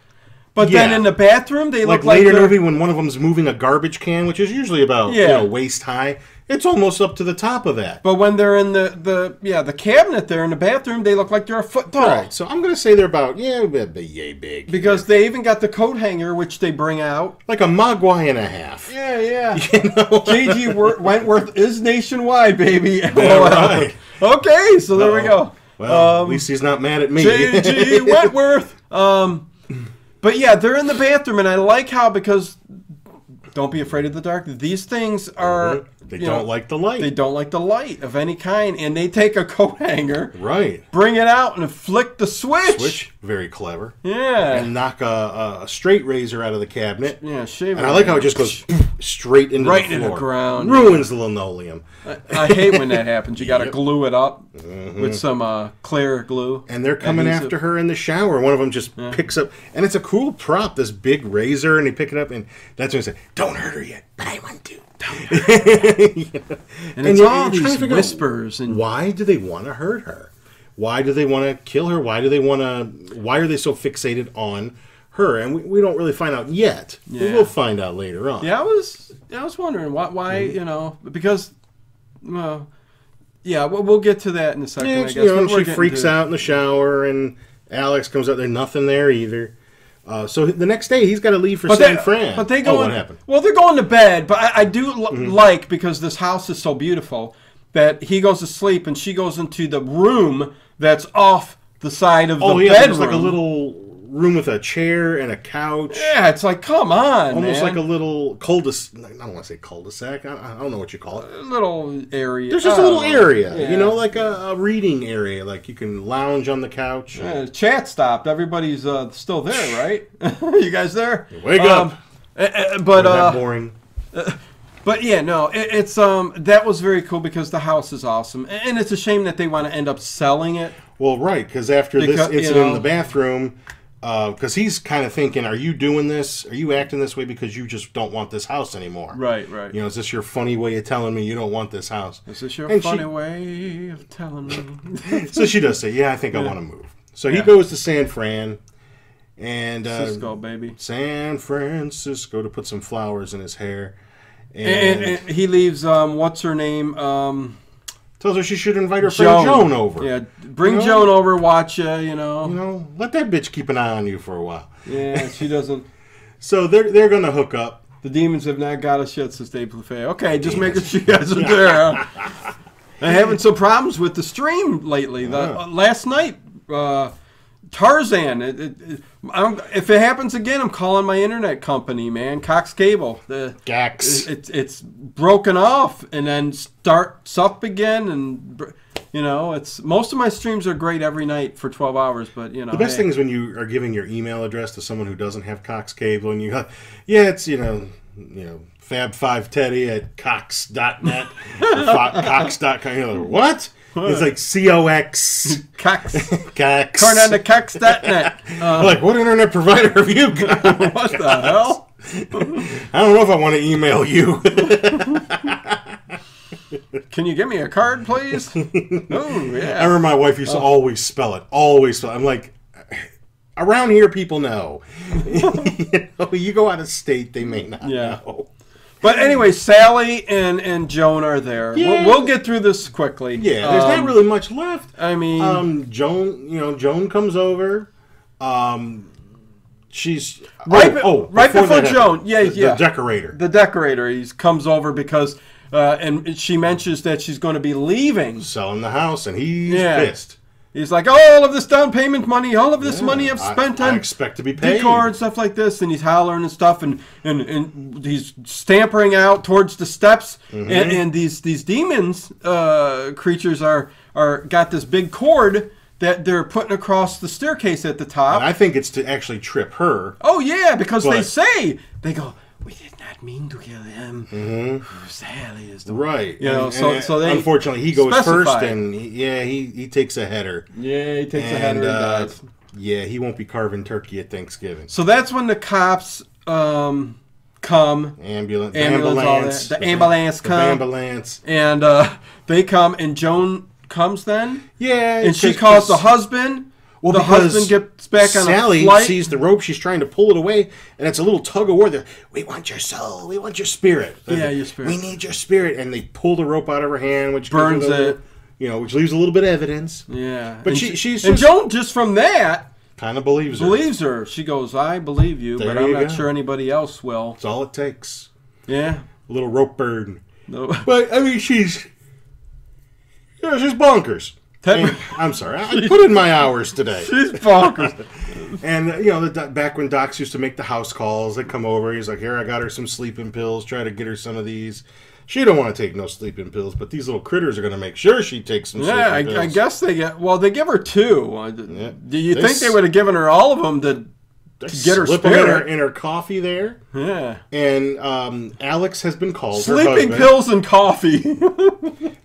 but
Yeah.
then in the bathroom they
like
look like
later in the
they're-
movie when one of them's moving a garbage can, which is usually about you
Yeah.
know waist high, it's almost up to the top of that.
But when they're in the the yeah the cabinet there in the bathroom, they look like they're a foot tall
All right, so I'm gonna say they're about yeah, but but yay big,
because they even got the coat hanger which they bring out.
like a mogwai and a half.
Yeah, yeah. <laughs> J.G. Wor- Wentworth is nationwide,
<laughs>
baby. <laughs> LOL.
right.
Okay, so there we
Uh-oh.
go.
Oh, Well,
Um,
at least he's not mad at me.
J.G. Wentworth. Um, but yeah, they're in the bathroom, and I like how because don't be afraid of the dark. These things are
<laughs> they
you
don't
know,
like the light.
they don't like the light of any kind, and they take a <laughs> coat hanger,
right.
bring it out, and flick the switch.
Which very clever.
Yeah,
And knock a, a, a straight razor out of the cabinet.
yeah, shave.
And I like how it just
<laughs>
goes straight into
Right
the
into the
floor.
ground.
Ruins the linoleum.
I hate when that happens. You
<laughs>
got to glue it up with some uh, clear glue.
Uh-huh. and they're coming
Adhesive.
after her in the shower. One of them just picks up, and it's a cool prop, this big razor, and he pick it up, and that's when he said, "Don't hurt her yet, but I want to."
and it's
you're-
all
you're trying to
these
figure out
whispers and
Why do they want to hurt her? Why do they want to kill her? Why do they want to? Why are they so fixated on her? And we, we don't really find out yet. We
Yeah.
will find out later on.
Yeah, I was I was wondering why why you know because well yeah we'll, we'll get to that in a second.
Yeah,
I guess.
she- you know,
but
and
we're
she
getting
freaks
to-
out in the shower, and Alex comes out there, nothing there either. Uh, so the next day, he's got to leave for
But
San
they,
Fran.
but they
oh,
go
what
in-
happened? Mm-hmm.
well they're going to bed but I, I do l- like because this house is so beautiful that he goes to sleep and she goes into the room that's off the side of
Oh
the
yeah,
bedroom.
there's like a little room with a chair and a couch.
yeah, it's like come on,
Almost
man.
like a little cul-de-sac. I don't want to say cul-de-sac. I, I don't know what you call it.
little area.
There's just
I
a little
don't know.
area,
Uh, Yeah.
you know, like a, a reading area. Like you can lounge on the couch.
Yeah, Uh, chat stopped. Everybody's uh, still there, right? <laughs> you guys there?
Wake up.
eh, eh, but
Isn't that
uh,
boring.
but yeah, no, it, it's um that was very cool because the house is awesome, A- and it's a shame that they want to end up selling it.
Well, right, because after this
Because, you
incident in
know-
the bathroom, because he's kind of thinking, "Are you doing this? Are you acting this way because you just don't want this house anymore?"
Right, right.
You know, is this your funny way of telling me you don't want this house?
Is this your
And she-
funny way of telling me? <laughs>
so she does say, "Yeah, I think I want to move." So he
Yeah.
goes to San Fran, and uh,
Cisco, baby.
San Francisco to put some flowers in his hair, and,
And, and he leaves um what's her name um
tells her she should invite her
Joan.
friend Joan over.
Yeah, bring
You know?
Joan over, watch ya, you
You
know.
know, let that bitch keep an eye on you for a while.
Yeah, she doesn't.
So they're they're gonna hook up.
The demons have not got us yet since Dave Buffet. Okay, just making sure you guys are there.
<laughs>
Huh? I'm having some problems with the stream lately. The,
Ah.
uh, last night, uh, Tarzan. It, it, it, I'm, if it happens again, I'm calling my internet company, man, Cox Cable. The,
Gax.
it, it's broken off and then starts up again, and br- you know, it's most of my streams are great every night for 12 hours, but you know,
The best
hey.
thing is when you are giving your email address to someone who doesn't have Cox Cable, and you, go, yeah, it's you know, you know, Fab Five Teddy at Cox.net,
<laughs>
or fo- Cox.com. You're like, what? It's like C O X <laughs>
Cox. <laughs>
Cox.
Turn on to Cox.net. Uh,
I'm like, what internet provider have you
<laughs>
got?
what the hell?
I don't know if I want to email you.
Can you give me a card,
<laughs>
please? oh
I
yeah.
remember my wife
Oh.
used to always spell it. Always spell. I'm like, around here, people
<laughs>
know. <laughs> you know, you go out of state, they may not
Yeah.
know.
But anyway, Sally and and Joan are there. We'll,
Yeah.
we'll get through this quickly.
Yeah, there's
Um,
not really much left.
I mean,
Um, Joan, you know, Joan comes over. Um, she's
Right be-
oh, oh,
right before
that happened,
Joan. Yeah,
the,
yeah.
the decorator.
The decorator he comes over because uh, and she mentions that she's going to be leaving.
selling the house, and he's
Yeah.
pissed.
He's like, all of this down payment money, all of this money I've
I-
spent
I
on
expect to be paid.
decor and stuff like this, and he's hollering and stuff, and and, and he's stampering out towards the steps, and, and these these demons uh, creatures are are got this big cord that they're putting across the staircase at the top.
And I think it's to actually trip her.
oh yeah, because they
But-
say they go, we did not mean to kill him. Sally is the
Right.
You know,
And-
so-
and
so they
unfortunately he goes
specify.
first, and he- yeah, he he takes a header.
yeah. He takes a
And,
header and
uh,
dies.
yeah, he won't be carving turkey at Thanksgiving.
So that's when the cops um, come.
Ambulance,
Ambulance, all that.
ambulance,
The ambulance
the
come.
ambulance.
and uh, they come, and Joan comes then,
Yeah,
and she
because-
calls the husband.
Well,
the
because
husband gets back on
Sally
a flight.
sees the rope. She's trying to pull it away, and it's a little tug of war. They're, we want your soul. We want your spirit.
Yeah, your spirit.
We need your spirit. And they pull the rope out of her hand, which gives her
Burns
the little-
it.
You know, which leaves a little bit of evidence.
yeah,
But
and
she- she's
and
just-
Joan just from that
Kind of believes her.
believes her. She goes, "I believe you,
There
but I'm
you
not
go.
sure anybody else will."
That's all it takes.
Yeah,
A little rope burn.
no,
But I memean, she's yeah, she's bonkers.
That-
And- I'm sorry. I I put in my
<laughs>
hours today.
<laughs> she's
<laughs>
bonkers.
And uh, you know, the, doc- back when docs used to make the house calls, they come over. He's like, "Here, I got her some sleeping pills. Try to get her some of these." She don't want to take no sleeping pills, but these little critters are going to make sure she takes some.
yeah,
sleeping
I, I
pills.
guess they get. Well, they give her two. I- Do you
They
think
s-
they would have given her all of them? To
They
to get her
slip 'em in her
spirit.
in her coffee there.
yeah,
And um, Alex has been called her
sleeping
husband.
pills and coffee. <laughs>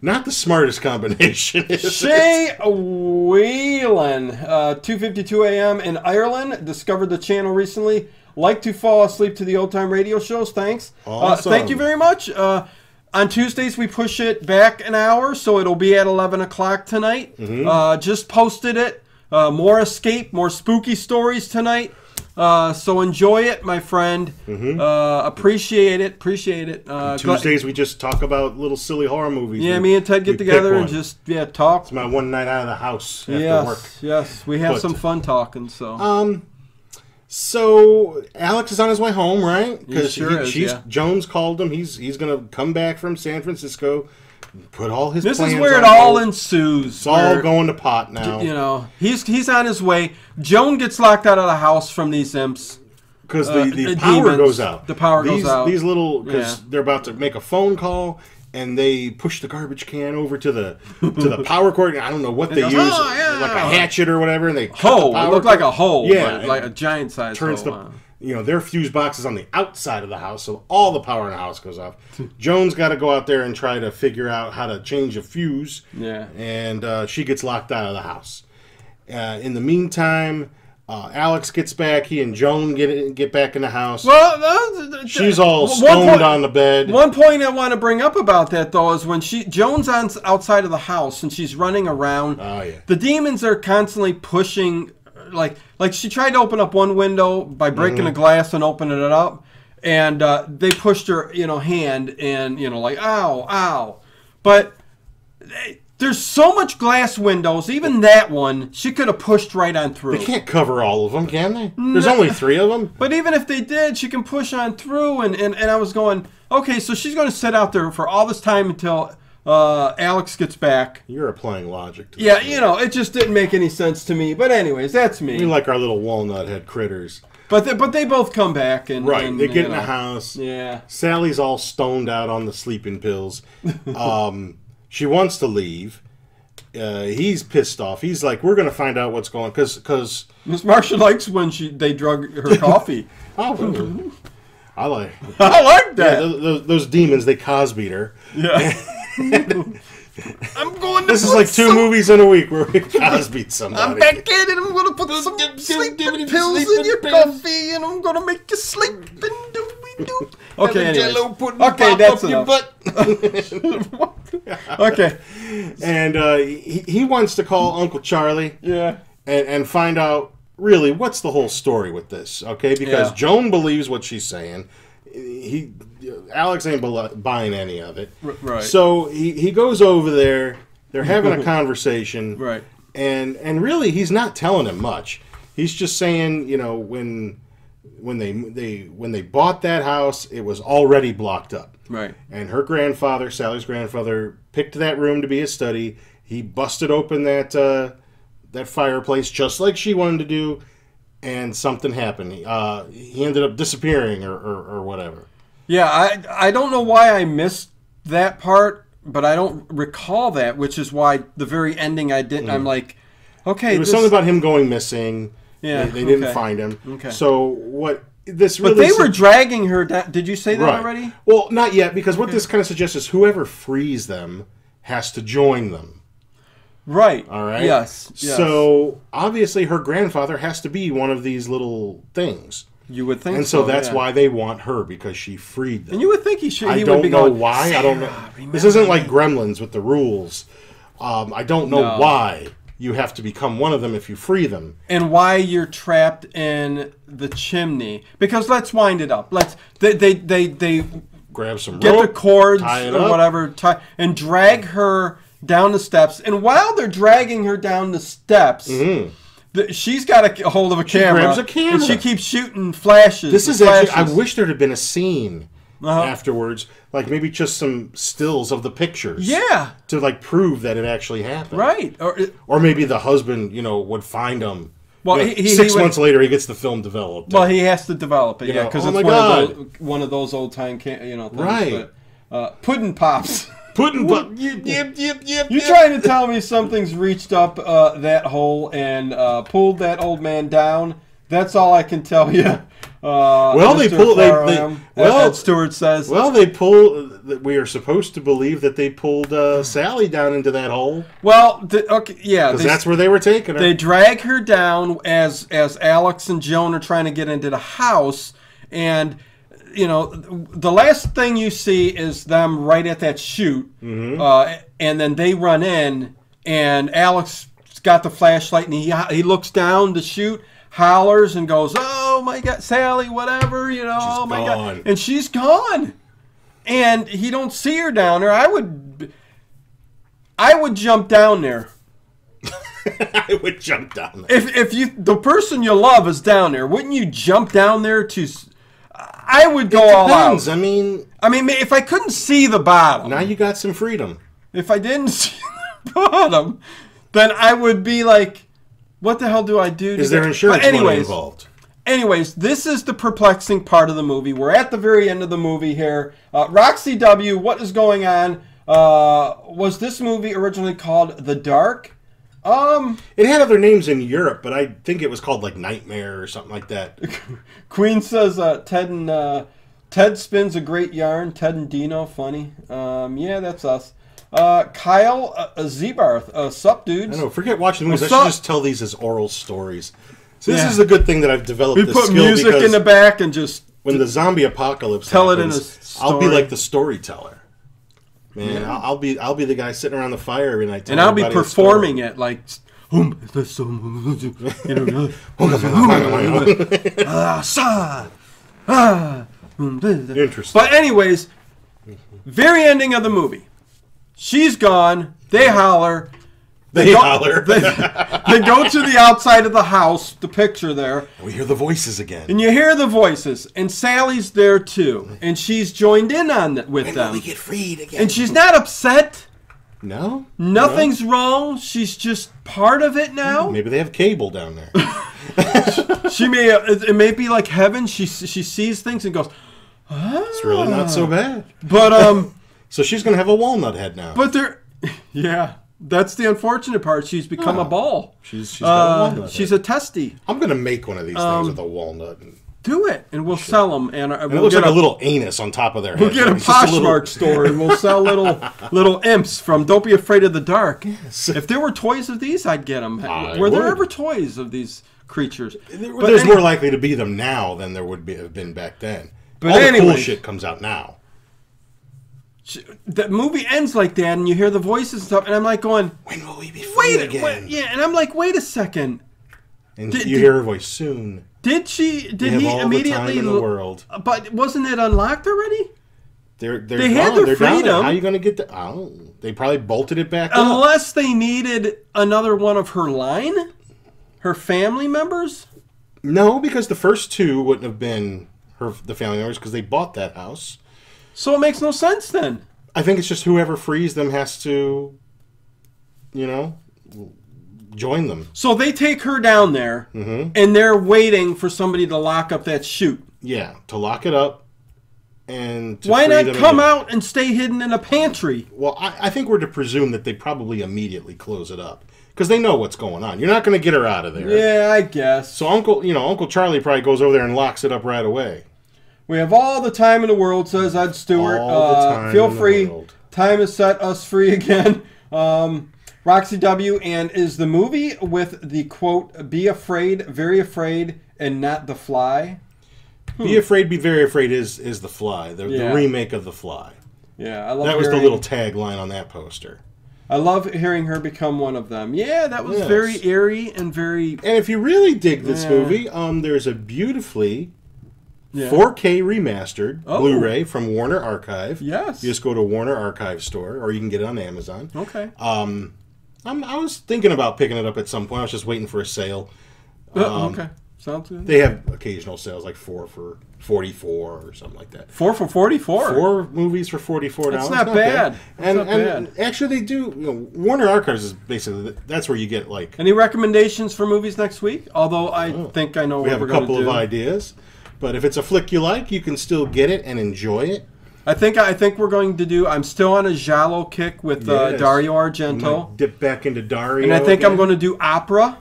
Not the smartest combination. <laughs> is it?
Shay Whelan, uh, 2.52 a.m. in Ireland, discovered the channel recently. Like to fall asleep to the old-time radio shows, thanks.
Awesome.
Uh, thank you very much. Uh, on Tuesdays, we push it back an hour, so it'll be at 11 o'clock tonight.
Mm-hmm.
Uh, just posted it. Uh, more escape, more spooky stories tonight. Uh, so enjoy it, my friend.
Mm-hmm.
Uh, appreciate it. Appreciate it. Uh, gl-
Tuesdays we just talk about little silly horror movies.
yeah,
We-
me and Ted
we
get
pick
together and
one.
just yeah talk.
my one night out of the house after
yes,
work.
Yes, we have
But-
some fun talking. So
Um, so Alex is on his way home, right?
He sure is,
she's
yeah.
Jones called him. He's he's gonna come back from San Francisco, put all his.
this is
plans
where
on
it all
hold.
ensues.
It's all
where,
going to pot now.
You know, he's he's on his way. Joan gets locked out of the house from these imps.
because
uh,
the, the
uh,
power
demons.
goes out.
The power goes
these,
out.
These little because
Yeah.
they're about to make a phone call and they push the garbage can over to the to the
<laughs>
power cord. I don't know what they
goes,
use,
"Oh, yeah."
like a hatchet or whatever, and they cut the
Hole. It
power
looked like
cord.
a hole.
Yeah,
Yeah, like
and-
a giant size.
turns
hole.
the
uh,
you know their fuse box is on the outside of the house, so all the power in the house
<laughs>
goes off. Joan's got to go out there and try to figure out how to change a fuse.
Yeah.
and uh, she gets locked out of the house. Uh, in the meantime, uh, Alex gets back. He and Joan get get back in the house.
Well, uh, th- th-
She's all
one
stoned
point-
on the bed.
One point I want to bring up about that though is when she Joan's on outside of the house and she's running around.
Oh, yeah.
The demons are constantly pushing, like like she tried to open up one window by breaking
Mm-hmm.
a glass and opening it up, and uh, they pushed her you know hand and you know like ow ow, but. eh, There's so much glass windows, even that one, she could have pushed right on through.
they can't cover all of them, can they? There's only three of them.
But even if they did, she can push on through. And, and, and I was going, okay, so she's going to sit out there for all this time until uh, Alex gets back.
You're applying logic. To
Yeah,
this.
you know, it just didn't make any sense to me. But anyways, that's
we
me.
like our little walnut head critters.
But they, but they both come back and
Right,
and,
they get
you
in
know.
the house.
Mm, Yeah,
Sally's all stoned out on the sleeping pills. Um, <laughs> she wants to leave. Uh, he's pissed off. He's like, "We're gonna find out what's going because because
Miss Marsha likes when she they drug
<laughs>
her coffee.
oh, I like
I like <laughs>
yeah,
that.
those, those, those demons. They Cosby'd her.
Yeah. <laughs> I'm going to.
This is
put
like two
some-
movies in a week where we Cosby'd somebody.
I'm back in and I'm gonna put some sleeping pills in your coffee and I'm gonna make you sleep and do we do. Okay, anyways. okay, that's enough. okay,
And uh, he, he wants to call Uncle Charlie
yeah,
and, and find out really what's the whole story with this, okay? Because
Yeah.
Joan believes what she's saying. He Alex ain't bel- buying any of it.
R- right.
So he, he goes over there. They're having
<laughs>
a conversation.
Right.
And and really he's not telling him much. He's just saying, you know, when when they they when they bought that house, it was already blocked up.
Right.
And her grandfather, Sally's grandfather, picked that room to be his study. He busted open that uh, that fireplace just like she wanted to do, and something happened. He, uh, he ended up disappearing or, or, or whatever.
Yeah, I I don't know why I missed that part, but I don't recall that, which is why the very ending I didn't. I'm like, okay,
Mm. It was
this-
something about him going missing.
Yeah,
they, they didn't
okay.
find him.
Okay.
So what this really
but they
su-
were dragging her down. Did you say that
Right.
already?
Well, not yet, because what this kind of suggests is whoever frees them has to join them.
Right.
All right.
Yes. yes.
So obviously, her grandfather has to be one of these little things,
you would think,
and so that's
yeah.
why they want her because she freed them.
And you would think he should.
I
he would
don't
be
know
going,
why. I
"Sarah,
don't know. This
remember
isn't like Gremlins with the rules. Um, I don't know
No.
why you have to become one of them if you free them.
and why you're trapped in the chimney because let's wind it up let's they they they, they
Grab some
get the
rope,
cords
tie it
or
up.
whatever tie, and drag her down the steps and while they're dragging her down the steps the- she's got a c- hold of a camera
Mm-hmm. grabs a
and
camera.
she keeps shooting flashes
This
and
is actually. I
flashes.
wish there had been a scene
Uh-huh.
afterwards, like maybe just some stills of the pictures.
yeah
To like prove that it actually happened.
right or
Or maybe the husband, you know, would find him.
Well,
You know,
he- he-
six
he would-
months later, he gets the film developed.
Well, he has to develop it, yeah,
know,
because
oh
it's
my
one of, those, one of those old time, can- you know, things,
Right.
But, uh, puddin pops. <laughs>
Putin, but
you, yip, yip, yip, you trying to tell me something's reached up uh, that hole and uh, pulled that old man down? That's all I can tell you. Uh,
Well, they
Mr.
pull- they- they-
Farham, that-
well-
that Stewart says. Well,
well, they pull. that We are supposed to believe that they pulled uh, Sally down into that hole
th- okay, yeah,
because
they-
that's where they were taking her.
They drag her down as as Alex and Joan are trying to get into the house, and you know the last thing you see is them right at that chute,
Mm-hmm.
uh, and then they run in, and Alex has got the flashlight, and he he looks down the chute, hollers, and goes, "Oh my God, Sally, whatever, you know, oh my
gone.
God," and she's gone, and he don't see her down there. I would. I would jump down there
<laughs> I would jump down there.
if if you the person you love is down there, wouldn't you jump down there to? s- I would go all
Depends.
out.
I mean,
I mean, if I couldn't see the bottom,
now you got some freedom.
if I didn't <laughs> see the bottom, then I would be like, "What the hell do I do?" to
Is there
get-"
insurance
But
money
anyways,
involved?
anyways, this is the perplexing part of the movie. We're at the very end of the movie here. Uh, Roxy W, what is going on? Uh, was this movie originally called The Dark? Um,
It had other names in Europe, but I think it was called like Nightmare or something like that.
Queen says uh, Ted and uh, Ted spins a great yarn. Ted and Dino, funny. Um, yeah, that's us. Uh, Kyle uh, uh, Zebarth, uh, sup
I
dudes.
don't know. Forget watching the movies. I
What's up?
should just tell these as oral stories. So this
Yeah.
is a good thing that I've developed.
We
this
put
skill
music
because
in the back and just
when the zombie apocalypse.
Tell it in
happens,
a s-
I'll be
story.
like the storyteller. Man, I'll, I'll be I'll be the guy sitting around the fire and I tell
and I'll be
everybody the
performing it like. "Um, that's so- you
<laughs>
know, ah, sa, ah, um, blah, blah."
Interesting.
But anyways, very ending of the movie. She's gone. They holler.
They
go-
holler.
They, they go to the outside of the house, the picture there,
<laughs> We hear the voices again.
and you hear the voices. And Sally's there too, and she's joined in on th- with
When will
them.
we get freed again.
And she's not upset.
no,
Nothing's wrong. She's just part of it now.
Maybe they have cable down there. <laughs>
She may uh, it it may be like heaven. She she sees things and goes,
it's really not
Ah.
so bad.
but um, <laughs>
So she's gonna have a walnut head now.
but there, <laughs> yeah, that's the unfortunate part. She's become a ball.
she's she's got a
Uh,
walnut.
she's
head.
a testy.
i am I'm gonna make one of these things with a walnut. And,
Do it, and we'll sell 'em sell them, and, uh,
it
we'll
looks
get
like a,
a-
little anus on top of their
We'll
head.
get a
It's just
Poshmark
little-
store and we'll sell
<laughs>
little little imps from Don't Be Afraid of the Dark.
Yes.
If there were toys of these, I'd get them.
I
were there
would.
ever toys of these creatures?
There-
But
There's
any-
more likely to be them now than there would be, have been back then.
But
All the cool
anyways-
shit comes out now.
The movie ends like that, and you hear the voices and stuff, and I'm like going,
When will we be free
"Wait, a-
again?
wait yeah," and I'm like, "Wait a second,
And
Did-
you
did-
hear her voice soon.
did she?
They
Did
have
he
all the
immediately?
time in the
l-
world.
But wasn't it unlocked already?
They're they're
They
gone.
had their
they're down there.
freedom.
How are you going to get the? Oh, they probably bolted it back up.
Unless they needed another one of her line, her family members."
No, because the first two wouldn't have been her the family members because they bought that house.
So it makes no sense then.
I think it's just whoever frees them has to, you know, join them.
So they take her down there,
Mm-hmm.
and they're waiting for somebody to lock up that chute.
Yeah, to lock it up and to
Why
free
not
them
come
again.
out and stay hidden in a pantry?
Well, I, I think we're to presume that they probably immediately close it up because they know what's going on. You're not going to get her out of there.
Yeah, I guess.
So Uncle, you know, Uncle Charlie probably goes over there and locks it up right away.
We have all the time in the world, says Ed Stewart.
All the
Uh,
time
feel
in the
free.
world.
Time has set us free <laughs> again. Um, Roxy W. and is the movie with the quote, be afraid, very afraid, and not the fly?
Be afraid, be very afraid is is the Fly, the,
Hmm. Yeah.
the remake of the Fly.
Yeah, I love
That was the
hearing-
little tagline on that poster.
I love hearing her become one of them. Yeah, that was
Yes.
very airy and very.
And if you really dig this
Yeah.
movie, um, there's a beautifully
Yeah.
4K remastered
Oh.
Blu-ray from Warner Archive.
Yes.
You just go to Warner Archive store, or you can get it on Amazon.
Okay.
Um, I'm, I was thinking about picking it up at some point. I was just waiting for a sale.
Uh,
Um,
okay. Sounds good.
They have occasional sales, like four for forty-four or something like that.
Four for 44.
Four movies for forty-four dollars.
That's not bad. That's
And
not
and actually, they do. You know, Warner Archives is basically that's where you get like
Any recommendations for movies next week? Although I think I know
Oh. we
what
have
we're
a
going to
couple
do.
of ideas. But if it's a flick you like, you can still get it and enjoy it.
I think I think we're going to do. I'm still on a Giallo kick with uh,
Yes.
Dario
You
Argento,
might dip back into Dario,
and I think I'm
again.
going to do opera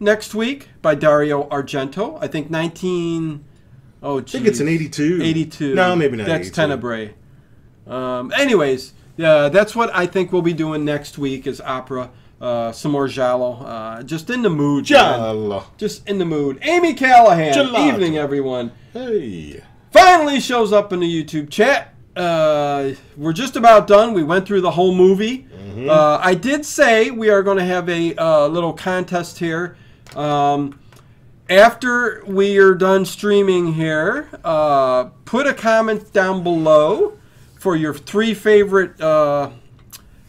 next week by Dario Argento. I think 19. Oh,
I think it's an 82.
82.
No, maybe not.
That's
82.
Tenebrae. Um, anyways, yeah, that's what I think we'll be doing next week is opera, uh, some more Giallo, uh, just in the mood. man.
Jala.
Just in the mood. Amy Callahan.
Gelato.
Evening, everyone.
Hey.
Finally shows up in the YouTube chat. Uh, we're just about done. We went through the whole movie. Uh, I did say we are going to have a uh, little contest here. Um, after we are done streaming here, uh, put a comment down below for your three favorite uh,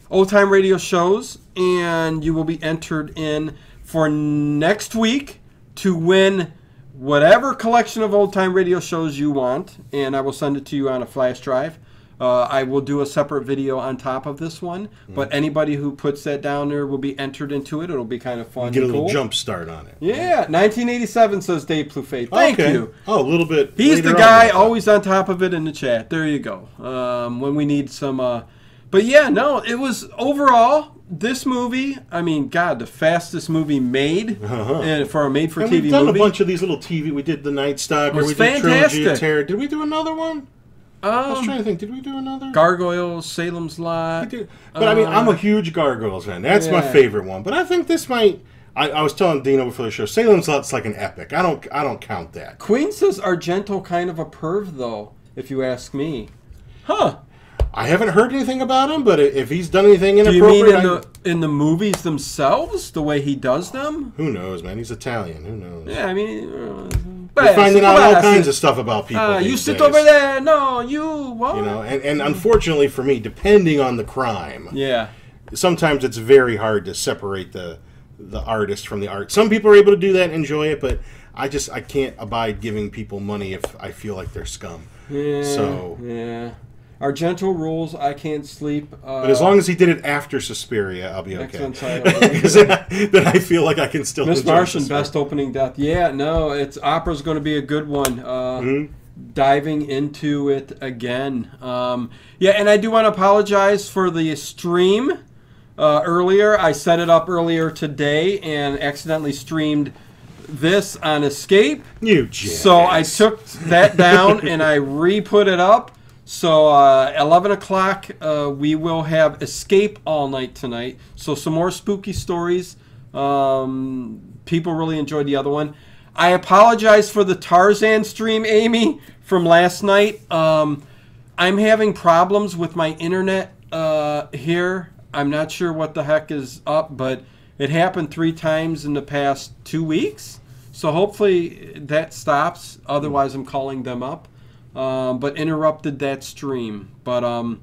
old time radio shows, and you will be entered in for next week to win whatever collection of old time radio shows you want, and I will send it to you on a flash drive. Uh, I will do a separate video on top of this one, but
Mm.
anybody who puts that down there will be entered into it. It'll be kind of fun.
Get a
and
little
cool.
jump start on it.
Yeah, 1987 says Dave Plouffe. Thank
Okay.
you.
Oh, a little bit.
He's
later
the
on.
guy always on top of it in the chat. There you go. Um, when we need some, uh, but yeah, no, it was overall this movie. I mean, God, the fastest movie made
Uh-huh.
and for a made-for-TV
And we've done
movie.
a bunch of these little TV. We did the Night Stalker.
Was
We did Trilogy
fantastic.
of Terror. Did we do another one? I was
um,
trying to think. Did we do another?
Gargoyles, Salem's Lot. Uh,
Dude, But I mean, I'm a huge Gargoyles fan. That's my
yeah.
favorite one. But I think this might. I, I was telling Dino before the show. Salem's Lot's like an epic. I don't. I don't count that.
Queen says Argento kind of a perv though, if you ask me. Huh?
I haven't heard anything about him. But i- if he's done anything
Do you mean
inappropriate,
in
I-
the in the movies themselves, the way he does them?
who knows, man? He's Italian. Who knows?
Yeah, I mean, uh,
We're finding out all
classic.
kinds of stuff about people.
Ah,
these
you sit
days.
over there. No, you what?
You know, and, and unfortunately for me, depending on the crime,
Yeah.
sometimes it's very hard to separate the the artist from the art. Some people are able to do that, and enjoy it, but I just I can't abide giving people money if I feel like they're scum.
Yeah.
So-
yeah. Argento rules. I can't sleep. Uh,
But as long as he did it after Suspiria, I'll be okay.
excellent
<laughs>
title.
'Cause then, I, then I feel like I can still.
Miss
enjoy
Martian,
Suspiria.
best opening death. Yeah, no, it's opera's going to be a good one. Uh,
Mm-hmm.
Diving into it again. Um, yeah, and I do want to apologize for the stream uh, earlier. I set it up earlier today and accidentally streamed this on Escape.
You jackass.
So I took that down and I re put it up. So uh, 11 o'clock, uh, we will have Escape All Night tonight. So some more spooky stories. Um, people really enjoyed the other one. I apologize for the Tarzan stream, Amy, from last night. Um, I'm having problems with my internet uh, here. I'm not sure what the heck is up, but it happened three times in the past two weeks. So hopefully that stops. Otherwise, I'm calling them up. Um, but interrupted that stream. But um,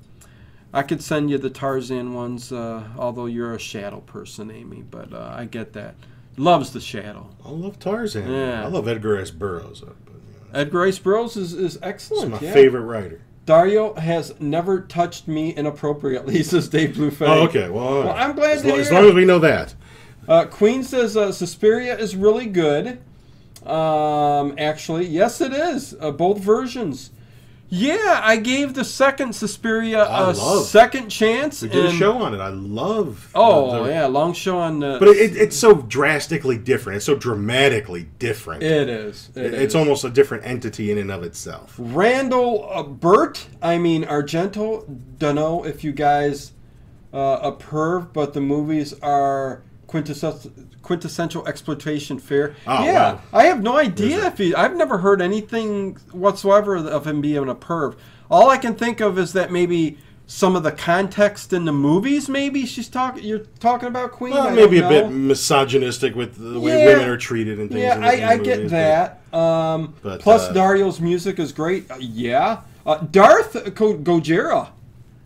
I could send you the Tarzan ones, uh, although you're a shadow person, Amy. But uh, I get that. Loves the shadow.
I love Tarzan.
Yeah.
I love Edgar S. Burroughs. uh, But, you know,
Edgar Rice Burroughs is, is
he's
excellent.
my
yeah.
favorite writer.
Dario has never touched me inappropriately, <laughs> says Dave Bluefang.
Oh, okay. Well, all right.
I'm glad
as,
to
lo- as
hear
long
it.
as we know that.
Uh, Queen says uh, Suspiria is really good. Um, actually, yes, it is. Uh, both versions. Yeah, I gave the second Suspiria
I
a
love-
second chance.
We did a
and-
show on it. I love.
Oh
the- the-
yeah, long show on. Uh,
But it, it, it's so drastically different. It's so dramatically different.
it is. It
it's
is.
almost a different entity in and of itself.
Randall uh, Burt, I mean Argento, don't know if you guys uh, a perv, but the movies are quintessential, quintessential exploitation fare.
Oh,
yeah,
wow.
I have no idea if he. I've never heard anything whatsoever of him being a perv. All I can think of is that maybe some of the context in the movies. Maybe she's talking. You're talking about Queen. I
Well,
don't
maybe a
know.
bit misogynistic with the way
Yeah.
women are treated and things.
Yeah,
in the- in the
I, I
movies,
get
but-
that. Um,
But,
plus,
uh,
Dario's music is great. Uh, yeah. Uh, Darth Go- Gojira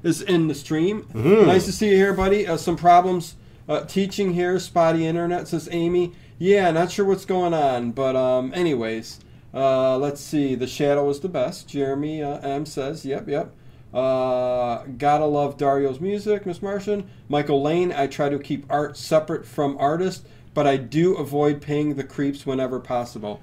is in the stream.
Mm-hmm.
Nice to see you here, buddy. Uh, some problems uh, teaching here. Spotty internet, says Amy. Yeah, not sure what's going on. But, um, anyways, uh, let's see. The Shadow is the best. Jeremy uh, M says, yep, yep. Uh, gotta love Dario's music, Miss Martian. Michael Lane, I try to keep art separate from artist, but I do avoid paying the creeps whenever possible.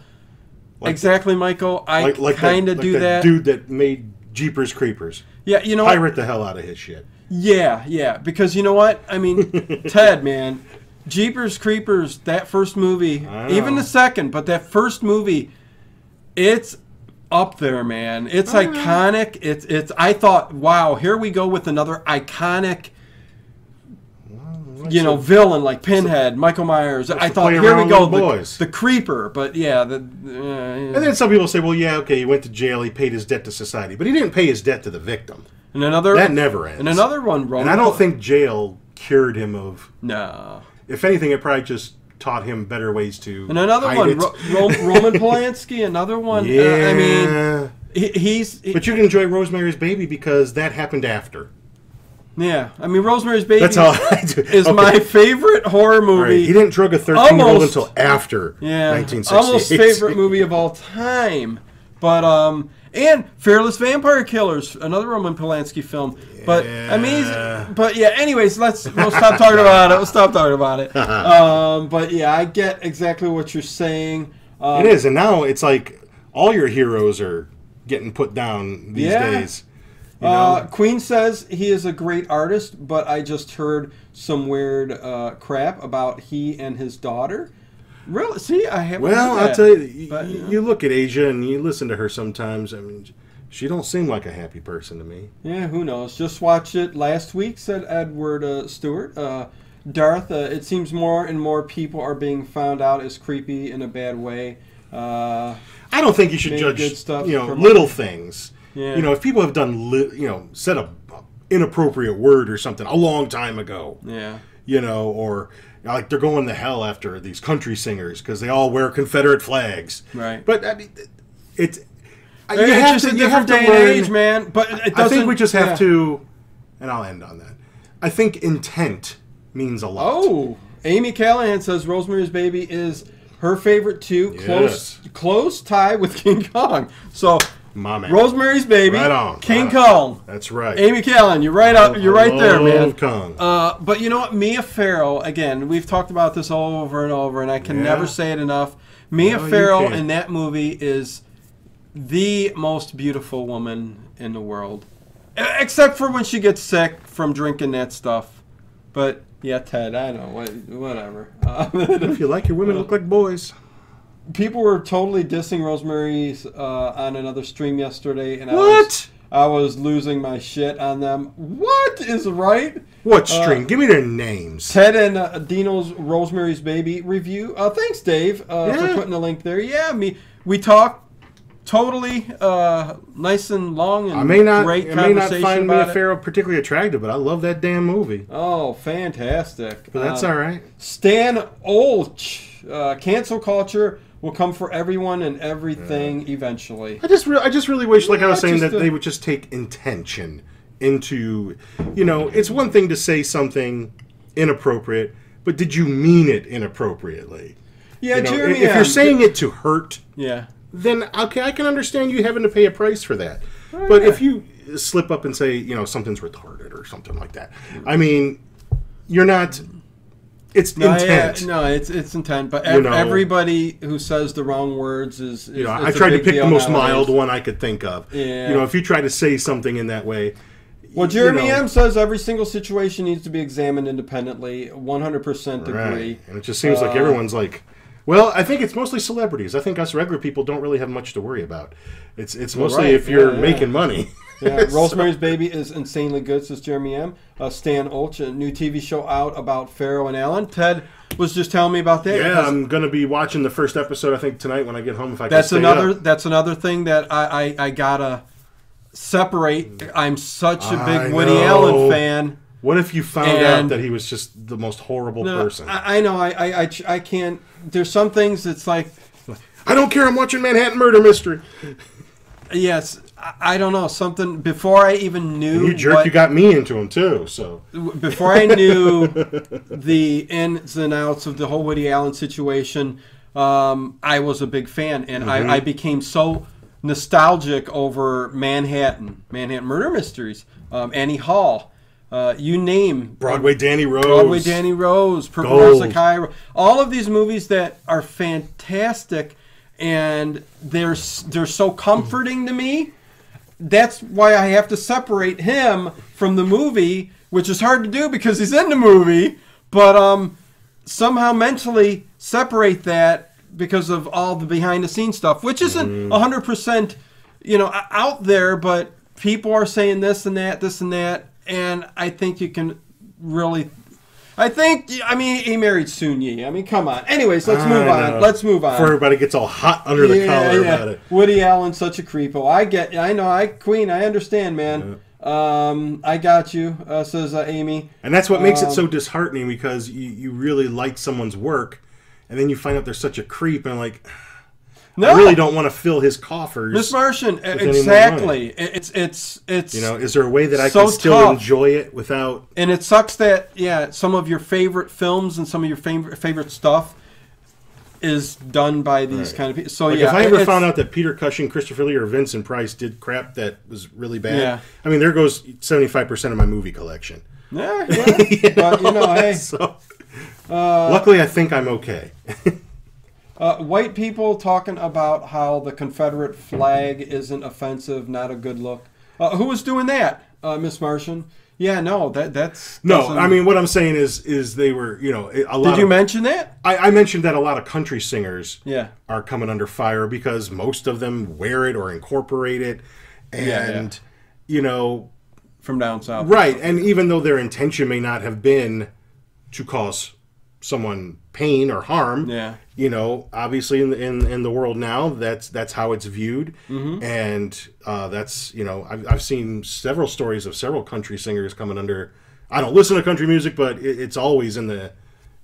Like-
exactly, Michael. I
Like, like
kind
that,
of
like
do that.
Dude that made Jeepers Creepers.
yeah, you know. what?
Pirate the hell out of his shit.
Yeah, yeah. Because you know what? I mean,
<laughs>
Ted, man, Jeepers Creepers. That first movie,
I know.
even the second, but that first movie, it's up there, man. It's
Uh-huh.
iconic. It's it's. I thought, wow, here we go with another iconic. You know, villain like Pinhead, Michael Myers. I
the
thought,
play
here we
around
go,
with
the,
boys.
the creeper. But yeah, the, uh, yeah.
And then some people say, well, yeah, okay, he went to jail, he paid his debt to society, but he didn't pay his debt to the victim.
and another
That never ends.
and another one. Ronan
And I don't
Cl-
think jail cured him of.
no.
If anything, it probably just taught him better ways to.
And another
hide
one,
it.
Ro- Ro-
<laughs>
Roman Polanski. Another one.
yeah.
Uh, I mean, he, he's he-
But you can enjoy Rosemary's Baby because that happened after.
yeah. I mean, Rosemary's Baby
That's all I do.
is
Okay,
my favorite horror
all right.
movie.
He didn't drug a 13 year old
Almost-
until after
yeah,
1968.
almost
<laughs>
favorite movie of all time. But um, and Fearless Vampire Killers, another Roman Polanski film. But I mean,
Yeah.
he's- but yeah. Anyways, let's we'll stop talking about it. We'll stop talking about
<laughs>
it. Um, but yeah, I get exactly what you're saying. Um,
It is, and now it's like all your heroes are getting put down these
Yeah.
days. You know?
Uh, Queen says he is a great artist, but I just heard some weird uh, crap about he and his daughter. Really? See, I haven't.
well,
heard
I'll
that.
tell you,
But,
you,
yeah.
you look at Asia and you listen to her sometimes. I mean, she don't seem like a happy person to me.
Yeah, who knows? Just watch it last week, said Edward uh, Stewart. Uh, Darth, uh, it seems more and more people are being found out as creepy in a bad way. Uh,
I don't think you should
Maybe
judge
good stuff
you know
from-
little things.
Yeah.
You know, if people have done li- you know said a inappropriate word or something a long time ago,
yeah.
you know, or you know, like they're going to hell after these country singers because they all wear Confederate flags.
Right.
But I mean, it's you
it's
have
just
to
a
you have
different
to
day and age,
learn.
man. But it doesn't.
I think we just have
yeah.
to, and I'll end on that. I think intent means a lot.
Oh, Amy Callahan says Rosemary's Baby is her favorite too. Close, close tie with <laughs> King Kong. So
my man.
Rosemary's Baby,
Right on,
King
right on.
Kong,
That's right.
Amy Callahan. You're right up. You're right there,
I
man.
love Kong.
Uh, but you know what, Mia Farrow. Again, we've talked about this all over and over, and I can
Yeah.
never say it enough. Mia
No, you
Farrow
can't.
in that movie is the most beautiful woman in the world, E- except for when she gets sick from drinking that stuff. But yeah, Ted, I know what, whatever. <laughs> Uh,
<laughs> if you like your women look like boys.
people were totally dissing Rosemary's uh, on another stream yesterday, and I was
What?
I was losing my shit on them. What is right?
What
Uh,
string? Give me their names.
Ted and uh, Dino's Rosemary's Baby review. Uh, thanks, Dave, uh, for
Yeah.
putting the link there. Yeah, me we talked totally uh, nice and long and
I may not.
great
I may not
conversation
find Mia
about it.
Farrow particularly attractive, but I love that damn movie.
Oh, fantastic!
But that's
Uh,
all right.
Stan Olch, uh, cancel culture will come for everyone and everything eventually.
I just, re- I just really wish, like I was
Yeah,
saying,
just
that
a-
they would just take intention into, you know, it's one thing to say something inappropriate, but did you mean it inappropriately?
Yeah,
You know,
Jeremy. um,
if if you're
Irons.
saying it to hurt,
yeah,
then okay, I can understand you having to pay a price for that.
Oh,
But if you slip up and say, you know, something's retarded or something like that, I mean, you're not. It's
no,
intent.
yeah, no, it's it's intent. But
You
ev-
know.
everybody who says the wrong words is, is
You know,
is
I
a
tried to
big
pick
deal
the most
nowadays.
mild one I could think of.
Yeah.
You know, if you try to say something in that way,
Well,
you
Jeremy
know.
M says every single situation needs to be examined independently. 100% agree.
<laughs> right? And it just seems
uh,
like everyone's like, well, I think it's mostly celebrities. I think us regular people don't really have much to worry about. It's it's mostly
right.
if you're
Yeah, yeah.
making money. <laughs>
Yeah, Rosemary's Baby is insanely good, says Jeremy M. Uh, Stan Olch, a new TV show out about Pharaoh and Allen. Ted was just telling me about that.
Yeah,
That's-
I'm gonna be watching the first episode. I think tonight when I get home, if I
that's
can stay
another.
up.
That's another thing that I, I, I gotta separate. I'm such a big
I
Woody
know.
Allen fan.
What if you found out
And-
that he was just the most horrible
No,
person? I,
I, I know. I, I, I, ch- I can't. There's some things that's like,
don't care. I'm watching Manhattan Murder Mystery.
yes, I, I don't know something before I even knew.
You jerk!
what-
You got me into him too. So
before I knew <laughs> the ins and outs of the whole Woody Allen situation, um, I was a big fan, and
Mm-hmm.
I, I became so nostalgic over Manhattan, Manhattan Murder Mysteries, um, Annie Hall, uh, you name
Broadway Danny Rose.
Broadway Danny Rose, Purple
Gold.
Rosa Cairo, all of these movies that are fantastic, and they're s- they're so comforting to me. That's why I have to separate him from the movie, which is hard to do because he's in the movie. But um, somehow mentally separate that because of all the behind the scenes stuff, which isn't
Mm.
hundred percent, you know, o- out there. But people are saying this and that, this and that, and I think you can really. I think I mean he married Soon Yi. I mean, come on. Anyways, let's
I
move
know.
on. Let's move on.
uh, Before everybody gets all hot under the collar about it.
Woody Allen's such a creepo. I get, I know, I Queen, I understand, man. Um, I got you, uh, says uh, Amy.
And that's what makes
Um,
it so disheartening because you, you really like someone's work and then you find out they're such a creep and like
No,
I really don't want to fill his coffers.
Miss Martian,
any more
e, exactly. It- It's it's it's
you know, is there a way that I
So
can still
tough.
enjoy it without
and it sucks that yeah, some of your favorite films and some of your favorite favorite stuff is done by these
Right.
kind of people. So
like
Oh, yeah,
if I ever
it's-
found out that Peter Cushing, Christopher Lee, or Vincent Price did crap that was really bad,
Yeah.
I mean there goes seventy five percent of my movie collection.
<laughs> yeah,
<laughs>
yeah. but you know, hey,
So luckily I think I'm okay. <laughs>
Uh, white people talking about how the Confederate flag isn't offensive, not a good look. Uh, who was doing that, uh, Miss Martian? Yeah, no, that that's
No,
doesn't-
I mean what I'm saying is is they were, you know, a lot
did you
of,
mention that?
I, I mentioned that a lot of country singers
Yeah.
are coming under fire because most of them wear it or incorporate it. And,
yeah.
you know,
From down south,
right. And even though their intention may not have been to cause someone pain or harm,
Yeah.
you know, obviously in the, in, in the world now, that's that's how it's viewed.
Mm-hmm.
And uh, that's, you know, I've, I've seen several stories of several country singers coming under. I don't listen to country music, but it, it's always in the,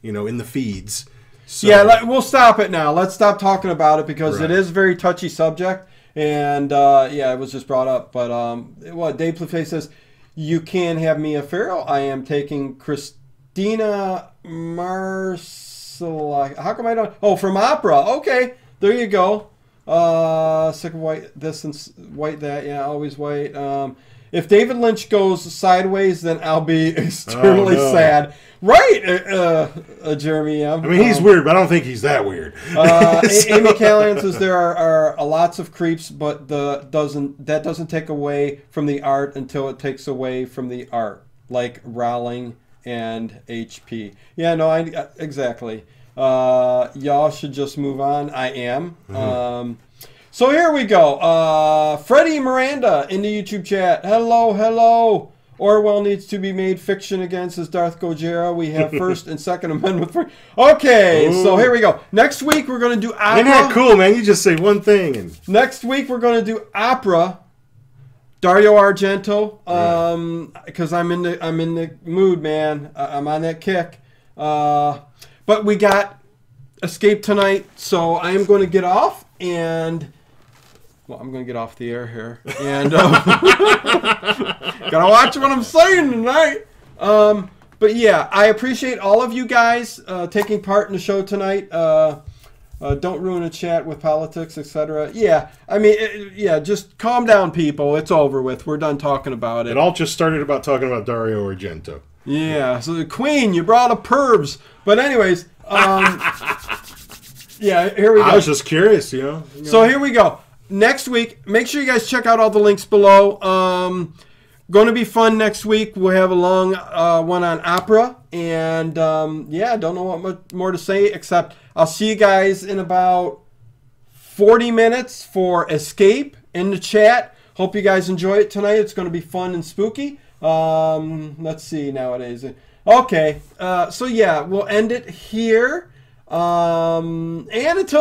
you know, in the feeds. So,
Yeah, let, we'll stop it now. Let's stop talking about it because
Right.
it is a very touchy subject, and uh, yeah, it was just brought up. But um, what Dave Plafe says, you can have Mia Farrow. I am taking Christina Marsala. How come I don't? Oh, from opera. Okay, there you go. Uh, sick of white this and s- white that. Yeah, always white. Um, if David Lynch goes sideways, then I'll be <laughs> extremely
Oh, no.
sad. Right, uh, uh, Jeremy. M.
I mean, he's
Um,
weird, but I don't think he's that weird. <laughs>
uh, A- Amy Callahan says there are, are a lots of creeps, but the doesn't that doesn't take away from the art until it takes away from the art, like Rowling and HP. Yeah, no, I uh, exactly. Uh, y'all should just move on. I am. Um, so here we go. Uh, Freddie Miranda in the YouTube chat. Hello, hello. Orwell needs to be made fiction again, says Darth Gojira. We have First and Second Amendment. For- okay, so here we go. Next week we're going to do
Isn't that
opera.
cool, man? You just say one thing and
Next week we're going to do opera. Dario Argento, um, because I'm in the I'm in the mood, man. I- I'm on that kick. Uh, but we got escape tonight, so I am going to get off and. Well, I'm going to get off the air here. <laughs> And uh, got to watch what I'm saying tonight. Um, But yeah, I appreciate all of you guys uh, taking part in the show tonight. Uh, uh, don't ruin a chat with politics, etc. Yeah, I mean, it, yeah, just calm down, people. It's over with. We're done talking about it.
It all just started about talking about Dario Argento.
Yeah, so the Queen, you brought up pervs. But anyways, um, <laughs> yeah, here we go.
I was just curious, you know.
So here we go. Next week, make sure you guys check out all the links below. Um, going to be fun next week. We'll have a long uh, one on opera, and um, yeah, I don't know what much more to say except I'll see you guys in about forty minutes for Escape in the chat. Hope you guys enjoy it tonight. It's going to be fun and spooky. Um, let's see nowadays. Okay, uh, so yeah, we'll end it here. Um, and until